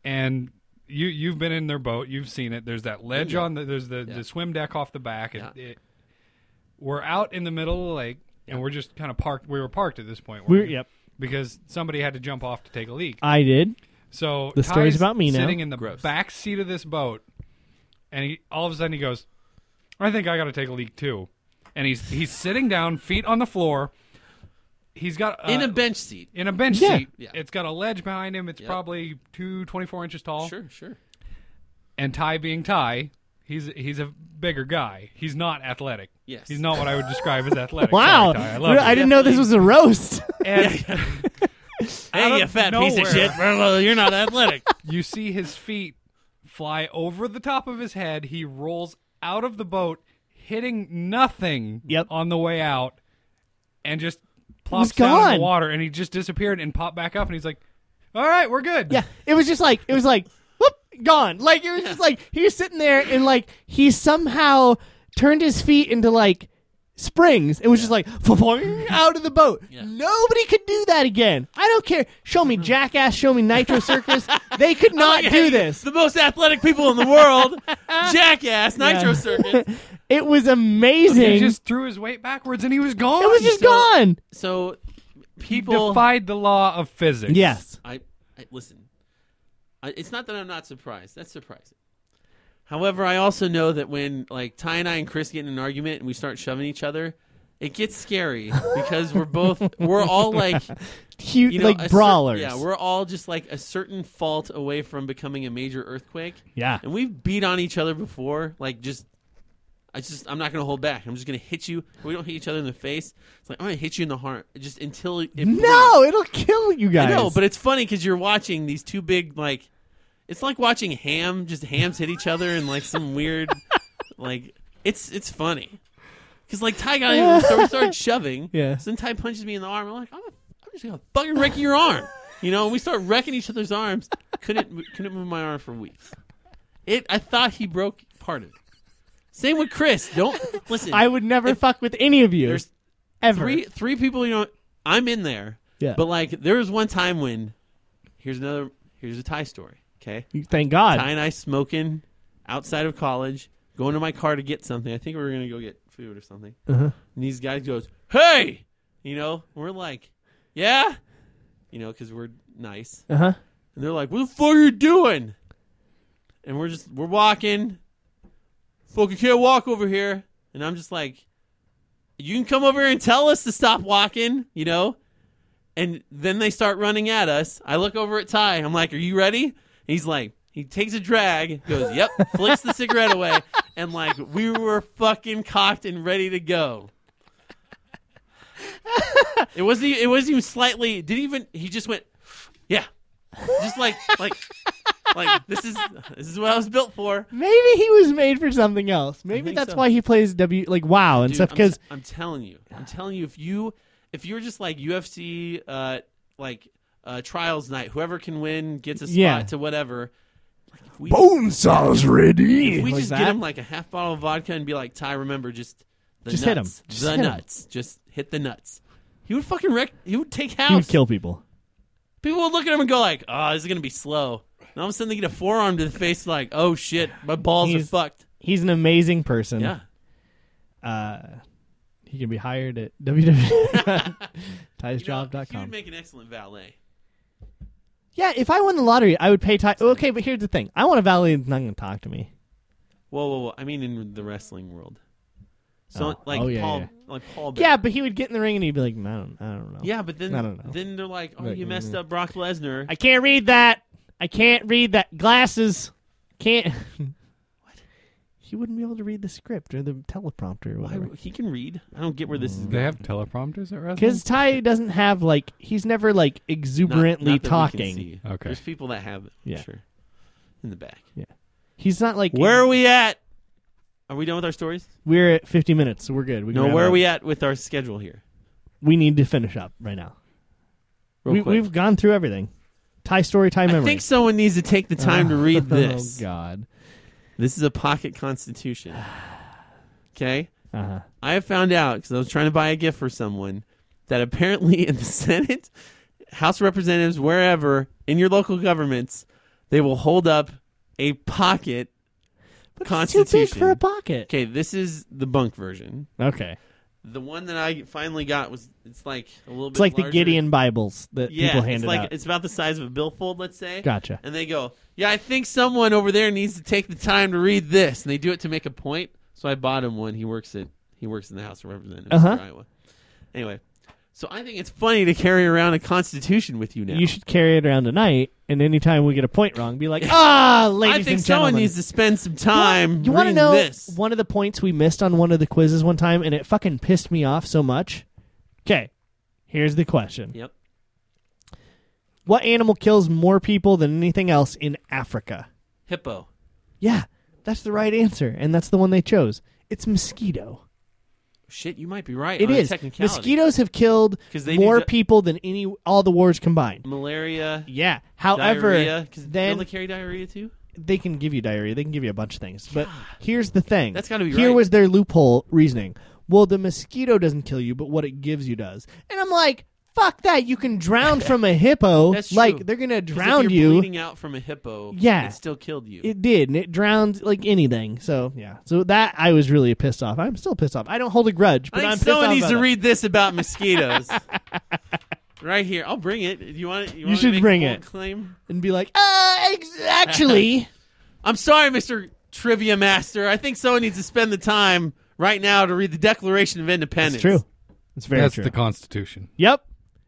And you you've been in their boat. You've seen it. There's that ledge on the there's the, the swim deck off the back. It, it, we're out in the middle of the lake, and we're just kind of parked. We were parked at this point.
We
weren't
were, yep.
Because somebody had to jump off to take a leak.
I did.
So
The
Ty's
story's about me now.
Sitting in the back seat of this boat, and he all of a sudden he goes, "I think I got to take a leak too," and he's he's sitting down, feet on the floor. He's got uh,
In a bench seat.
in a bench
Yeah.
seat.
Yeah.
It's got a ledge behind him. It's
Yep.
probably two twenty four inches tall.
Sure, sure.
And Ty being Ty, he's he's a bigger guy. He's not athletic.
Yes.
He's not what I would describe as athletic.
Wow,
Sorry, Ty. I love you.
didn't know this was a roast.
And-
Hey,
of
you fat piece of
nowhere.
shit. You're not athletic.
you see his feet fly over the top of his head. He rolls out of the boat, hitting nothing
Yep.
on the way out, and just plops
was
down in
gone.
the water. And he just disappeared and popped back up. And he's like, "All right, we're good."
yeah, it was just like it was like whoop gone. Like it was just like he was sitting there and like he somehow turned his feet into like springs. It was just like "Fa-boing," out of the boat. Nobody could do that again. I don't care. Show
Mm-hmm.
me Jackass. Show me Nitro Circus. they
Oh,
could not do this.
The most athletic people in the world, jackass, nitro
Yeah.
circuit.
It was
He
amazing.
just threw his weight backwards, and he was gone.
it was just
So-
gone.
So
he
people,
defied the law of physics.
Yes.
I, I listen. I, it's not that I'm not surprised. That's surprising. However, I also know that when like Ty and I and Chris get in an argument and we start shoving each other, it gets scary because we're both we're all like
Cute
you know a
like
cer-
brawlers.
yeah, we're all just like a certain fault away from becoming a major earthquake.
Yeah.
and we've beat on each other before. Like just, I just, I'm not gonna hold back. I'm just gonna hit you. We don't hit each other in the face. It's like I'm gonna hit you in the heart, just until it. it bleeds.
no, it'll kill you
I
guys.
know, but it's funny because you're watching these two big like, it's like watching ham just hams hit each other and like some weird, like it's it's funny. Cause like Ty got in, so we started shoving.
Yeah.
So then Ty punches me in the arm. I'm like, I'm, gonna- I'm just gonna fucking wreck your arm. You know, and we start wrecking each other's arms. Couldn't couldn't move my arm for weeks. It. I thought he broke part of it. Same with Chris. Don't listen.
I would never fuck with any of you
There's
ever.
three three people you know I'm in there.
Yeah.
But like there was one time when here's another here's a tie story. Okay.
You- Thank God.
Ty and I smoking outside of college, going to my car to get something. I think we were going to go get food or something.
Uh-huh.
And these guys goes, "Hey!" You know, we're like, "Yeah." You know, cuz we're nice.
Uh huh.
And they're like, "What the fuck are you doing?" And we're just we're walking. Fuck, you can't walk over here. And I'm just like, "You can come over here and tell us to stop walking," you know. And then they start running at us. I look over at Ty. I'm like, "Are you ready?" And he's like, he takes a drag, goes, "Yep," flicks the cigarette away, and like we were fucking cocked and ready to go. It wasn't. e- It wasn't even slightly. Didn't even. He just went. Yeah, just like like like this is this is what I was built for.
Maybe he was made for something else. Maybe
think
that's
so.
why he plays W like WoW and
Dude,
stuff.
I'm
Because
t- I'm, telling you, I'm telling you, if you if you're just like UFC, uh, like uh, trials night, whoever can win gets a spot
Yeah.
to whatever. Like if we,
Bonesaw's ready.
if we
Like
just
that?
get him like a half bottle of vodka and be like, Ty, remember just the
Just hit
nuts,
him. Just
the
hit him."
nuts, just hit the nuts. He would fucking wreck. He would take house.
he would kill people.
People would look at him and go like, "Oh, this is gonna be slow." And all of a sudden, they get a forearm to the face, like, "Oh shit, my balls
He's-
are fucked."
He's an amazing person.
Yeah.
Uh, he can be hired at E. www.tiesjob.com.
You'd make an excellent valet.
yeah, if I won the lottery, I would pay Ty. Okay, but here's the thing: I want a valet that's not going to talk to me.
Whoa, whoa, whoa! I mean, in the wrestling world, so
Oh.
like
Oh, yeah,
Paul,
yeah.
like Paul. Bear.
Yeah, but he would get in the ring and he'd be like, "I don't, I don't know.
yeah, but then
I don't know.
then they're like, "Oh,
Like,
you messed
mm.
up Brock Lesnar."
I can't read that. I can't read that. Glasses. Can't. what? He wouldn't be able to read the script or the teleprompter or
Why-
whatever.
He can read. I don't get where this is
They
going.
have teleprompters at wrestling.
Because Ty doesn't have like he's never like
Not- not
exuberantly
that we can
talking.
see.
Okay.
There's people that have it. I'm
Yeah.
Sure. In the back.
He's not like
Where are we at? Are we done with our stories?
we're at fifty minutes, so we're good. We can
No.
wrap
Where are
up.
we at with our schedule here?
We need to finish up right now.
Real
we,
quick.
We've gone through everything. Ty story, Ty memory.
I think someone needs to take the time to read this.
Oh God.
This is a pocket constitution. Okay?
Uh huh.
I have found out because I was trying to buy a gift for someone that apparently in the Senate, House of Representatives, wherever, in your local governments, they will hold up a pocket.
But it's too big
Constitution.
for a pocket.
Okay, this is the bunk version.
Okay.
The one that I finally got was it's like a little
It's
bit
like
larger.
the Gideon Bibles that
Yeah,
people handed
it's like
out.
it's about the size of a billfold, let's say.
Gotcha.
and they go, "Yeah, I think someone over there needs to take the time to read this." And they do it to make a point. So I bought him one. He works at he works in the House of Representatives
Uh-huh.
for Iowa. Anyway, so I think it's funny to carry around a Constitution with you now.
You should carry it around tonight, and anytime we get a point wrong, be like, ah, ladies
I think
and
someone
gentlemen.
needs to spend some time.
You
want
wanna
to
know
this?
one of the points we missed on one of the quizzes one time, and it fucking pissed me off so much? Okay, here's the question
Yep.
What animal kills more people than anything else in Africa?
Hippo.
Yeah, that's the right answer, and that's the one they chose. It's mosquito.
Shit, you might be right.
It
on a
is.
technicality.
Mosquitoes have killed
'Cause they
more
do-
people than any all the wars combined.
malaria,
Yeah. However,
diarrhea. Because
then
they carry diarrhea too.
they can give you diarrhea. They can give you a bunch of things. But here's the thing.
That's gotta be
Here
right.
was their loophole reasoning. Well, the mosquito doesn't kill you, but what it gives you does. And I'm like, fuck that. You can drown from a hippo.
That's true.
Like they're gonna
'Cause if
drown
you're
you.
Bleeding out from a hippo.
Yeah.
It still killed you.
It did, and it drowned like anything. So yeah. So that I was really pissed off. I'm still pissed off. I don't hold a grudge,
I
but
think
am
someone
pissed
needs
off
to
about
read this about mosquitoes. right here, I'll bring it. You want it? You, want me to
should
make a
bring
bold
it.
Claim.
it. and be like, uh, ex- actually.
I'm sorry, Mister Trivia Master. I think someone needs to spend the time right now to read the Declaration of Independence.
It's true. It's very
That's
true.
the Constitution.
yep.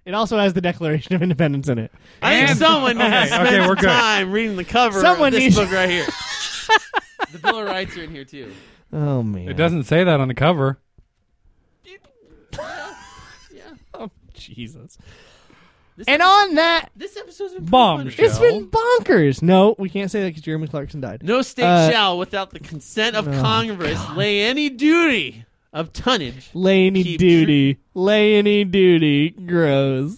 It also has the Declaration of Independence in it.
I think
And-
someone needs
Okay,
to spend
okay, we're
some
good.
time reading the cover
Someone
of this
needs-
book right here. the Bill of Rights are in here too.
Oh man.
It doesn't say that on the cover.
Oh, Jesus. and on that,
This episode's been pretty
Bombshell.
funny.
it's been bonkers. No, we can't say that because Jeremy Clarkson died.
No state
Uh, oh,
shall, without the consent of Congress, lay any duty of tonnage.
Lay any
Keep
duty. Lay any duty. Gross.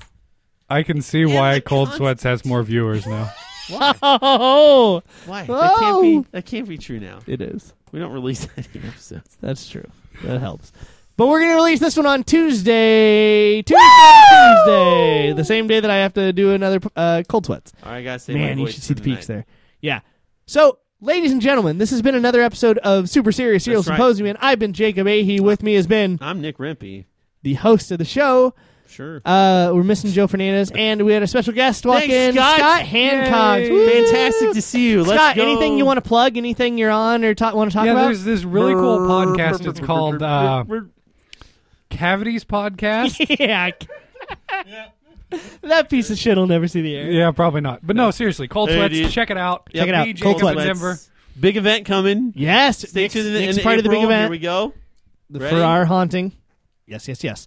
I can see
the
why Cold
Const-
Sweats has more viewers now.
Oh,
Why? That can't
Oh.
be. That can't be true now.
it is.
We don't release any episodes.
That's true. That helps. But we're gonna release this one on Tuesday. Tuesday, Tuesday, the same day that I have to do another uh, cold sweats.
All right, guys.
Man, you should see the peaks there. Yeah. So, ladies and gentlemen, this has been another episode of Super Serious Serial
That's right.
Symposium. And I've been Jacob Ahee. With me has been
I'm Nick Rempe.
the host of the show.
Sure.
Uh, we're missing Joe Fernandez, and we had a special guest walk
Thanks,
in,
Scott.
Hancock.
Yay.
Woo!
Fantastic to see you. Let's
Scott,
go.
anything you want to plug? Anything you're on or ta- want to talk
yeah,
about?
there's this really cool podcast. It's called uh, Cavities Podcast.
yeah. that piece of shit will never see the air.
yeah, probably not. But no, seriously, Cold
Hey,
Sweats.
dude.
Check it out.
Check it out.
Me,
Cold
Jacob
Sweats.
in Denver.
Big event coming.
Yes.
Stay
next,
tuned in,
next
in
part of the big
April. Here
event
we go.
the-
Ready?
for our haunting. Yes, yes, yes.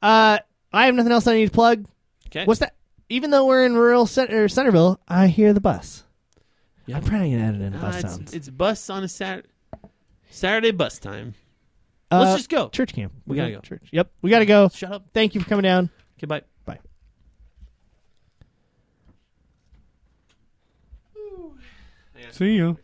Uh, I have nothing else I need to plug.
Okay.
What's that? Even though we're in rural center, Centerville, I hear the bus.
Yeah.
I'm probably gonna edit in the
Uh,
bus
it's,
sounds.
it's bus on a Saturday. Saturday bus time.
Uh,
Let's just go.
church camp.
We gotta go.
Church. Yep, we gotta go.
Shut up.
Thank you for coming down.
Okay, bye.
Bye.
See you.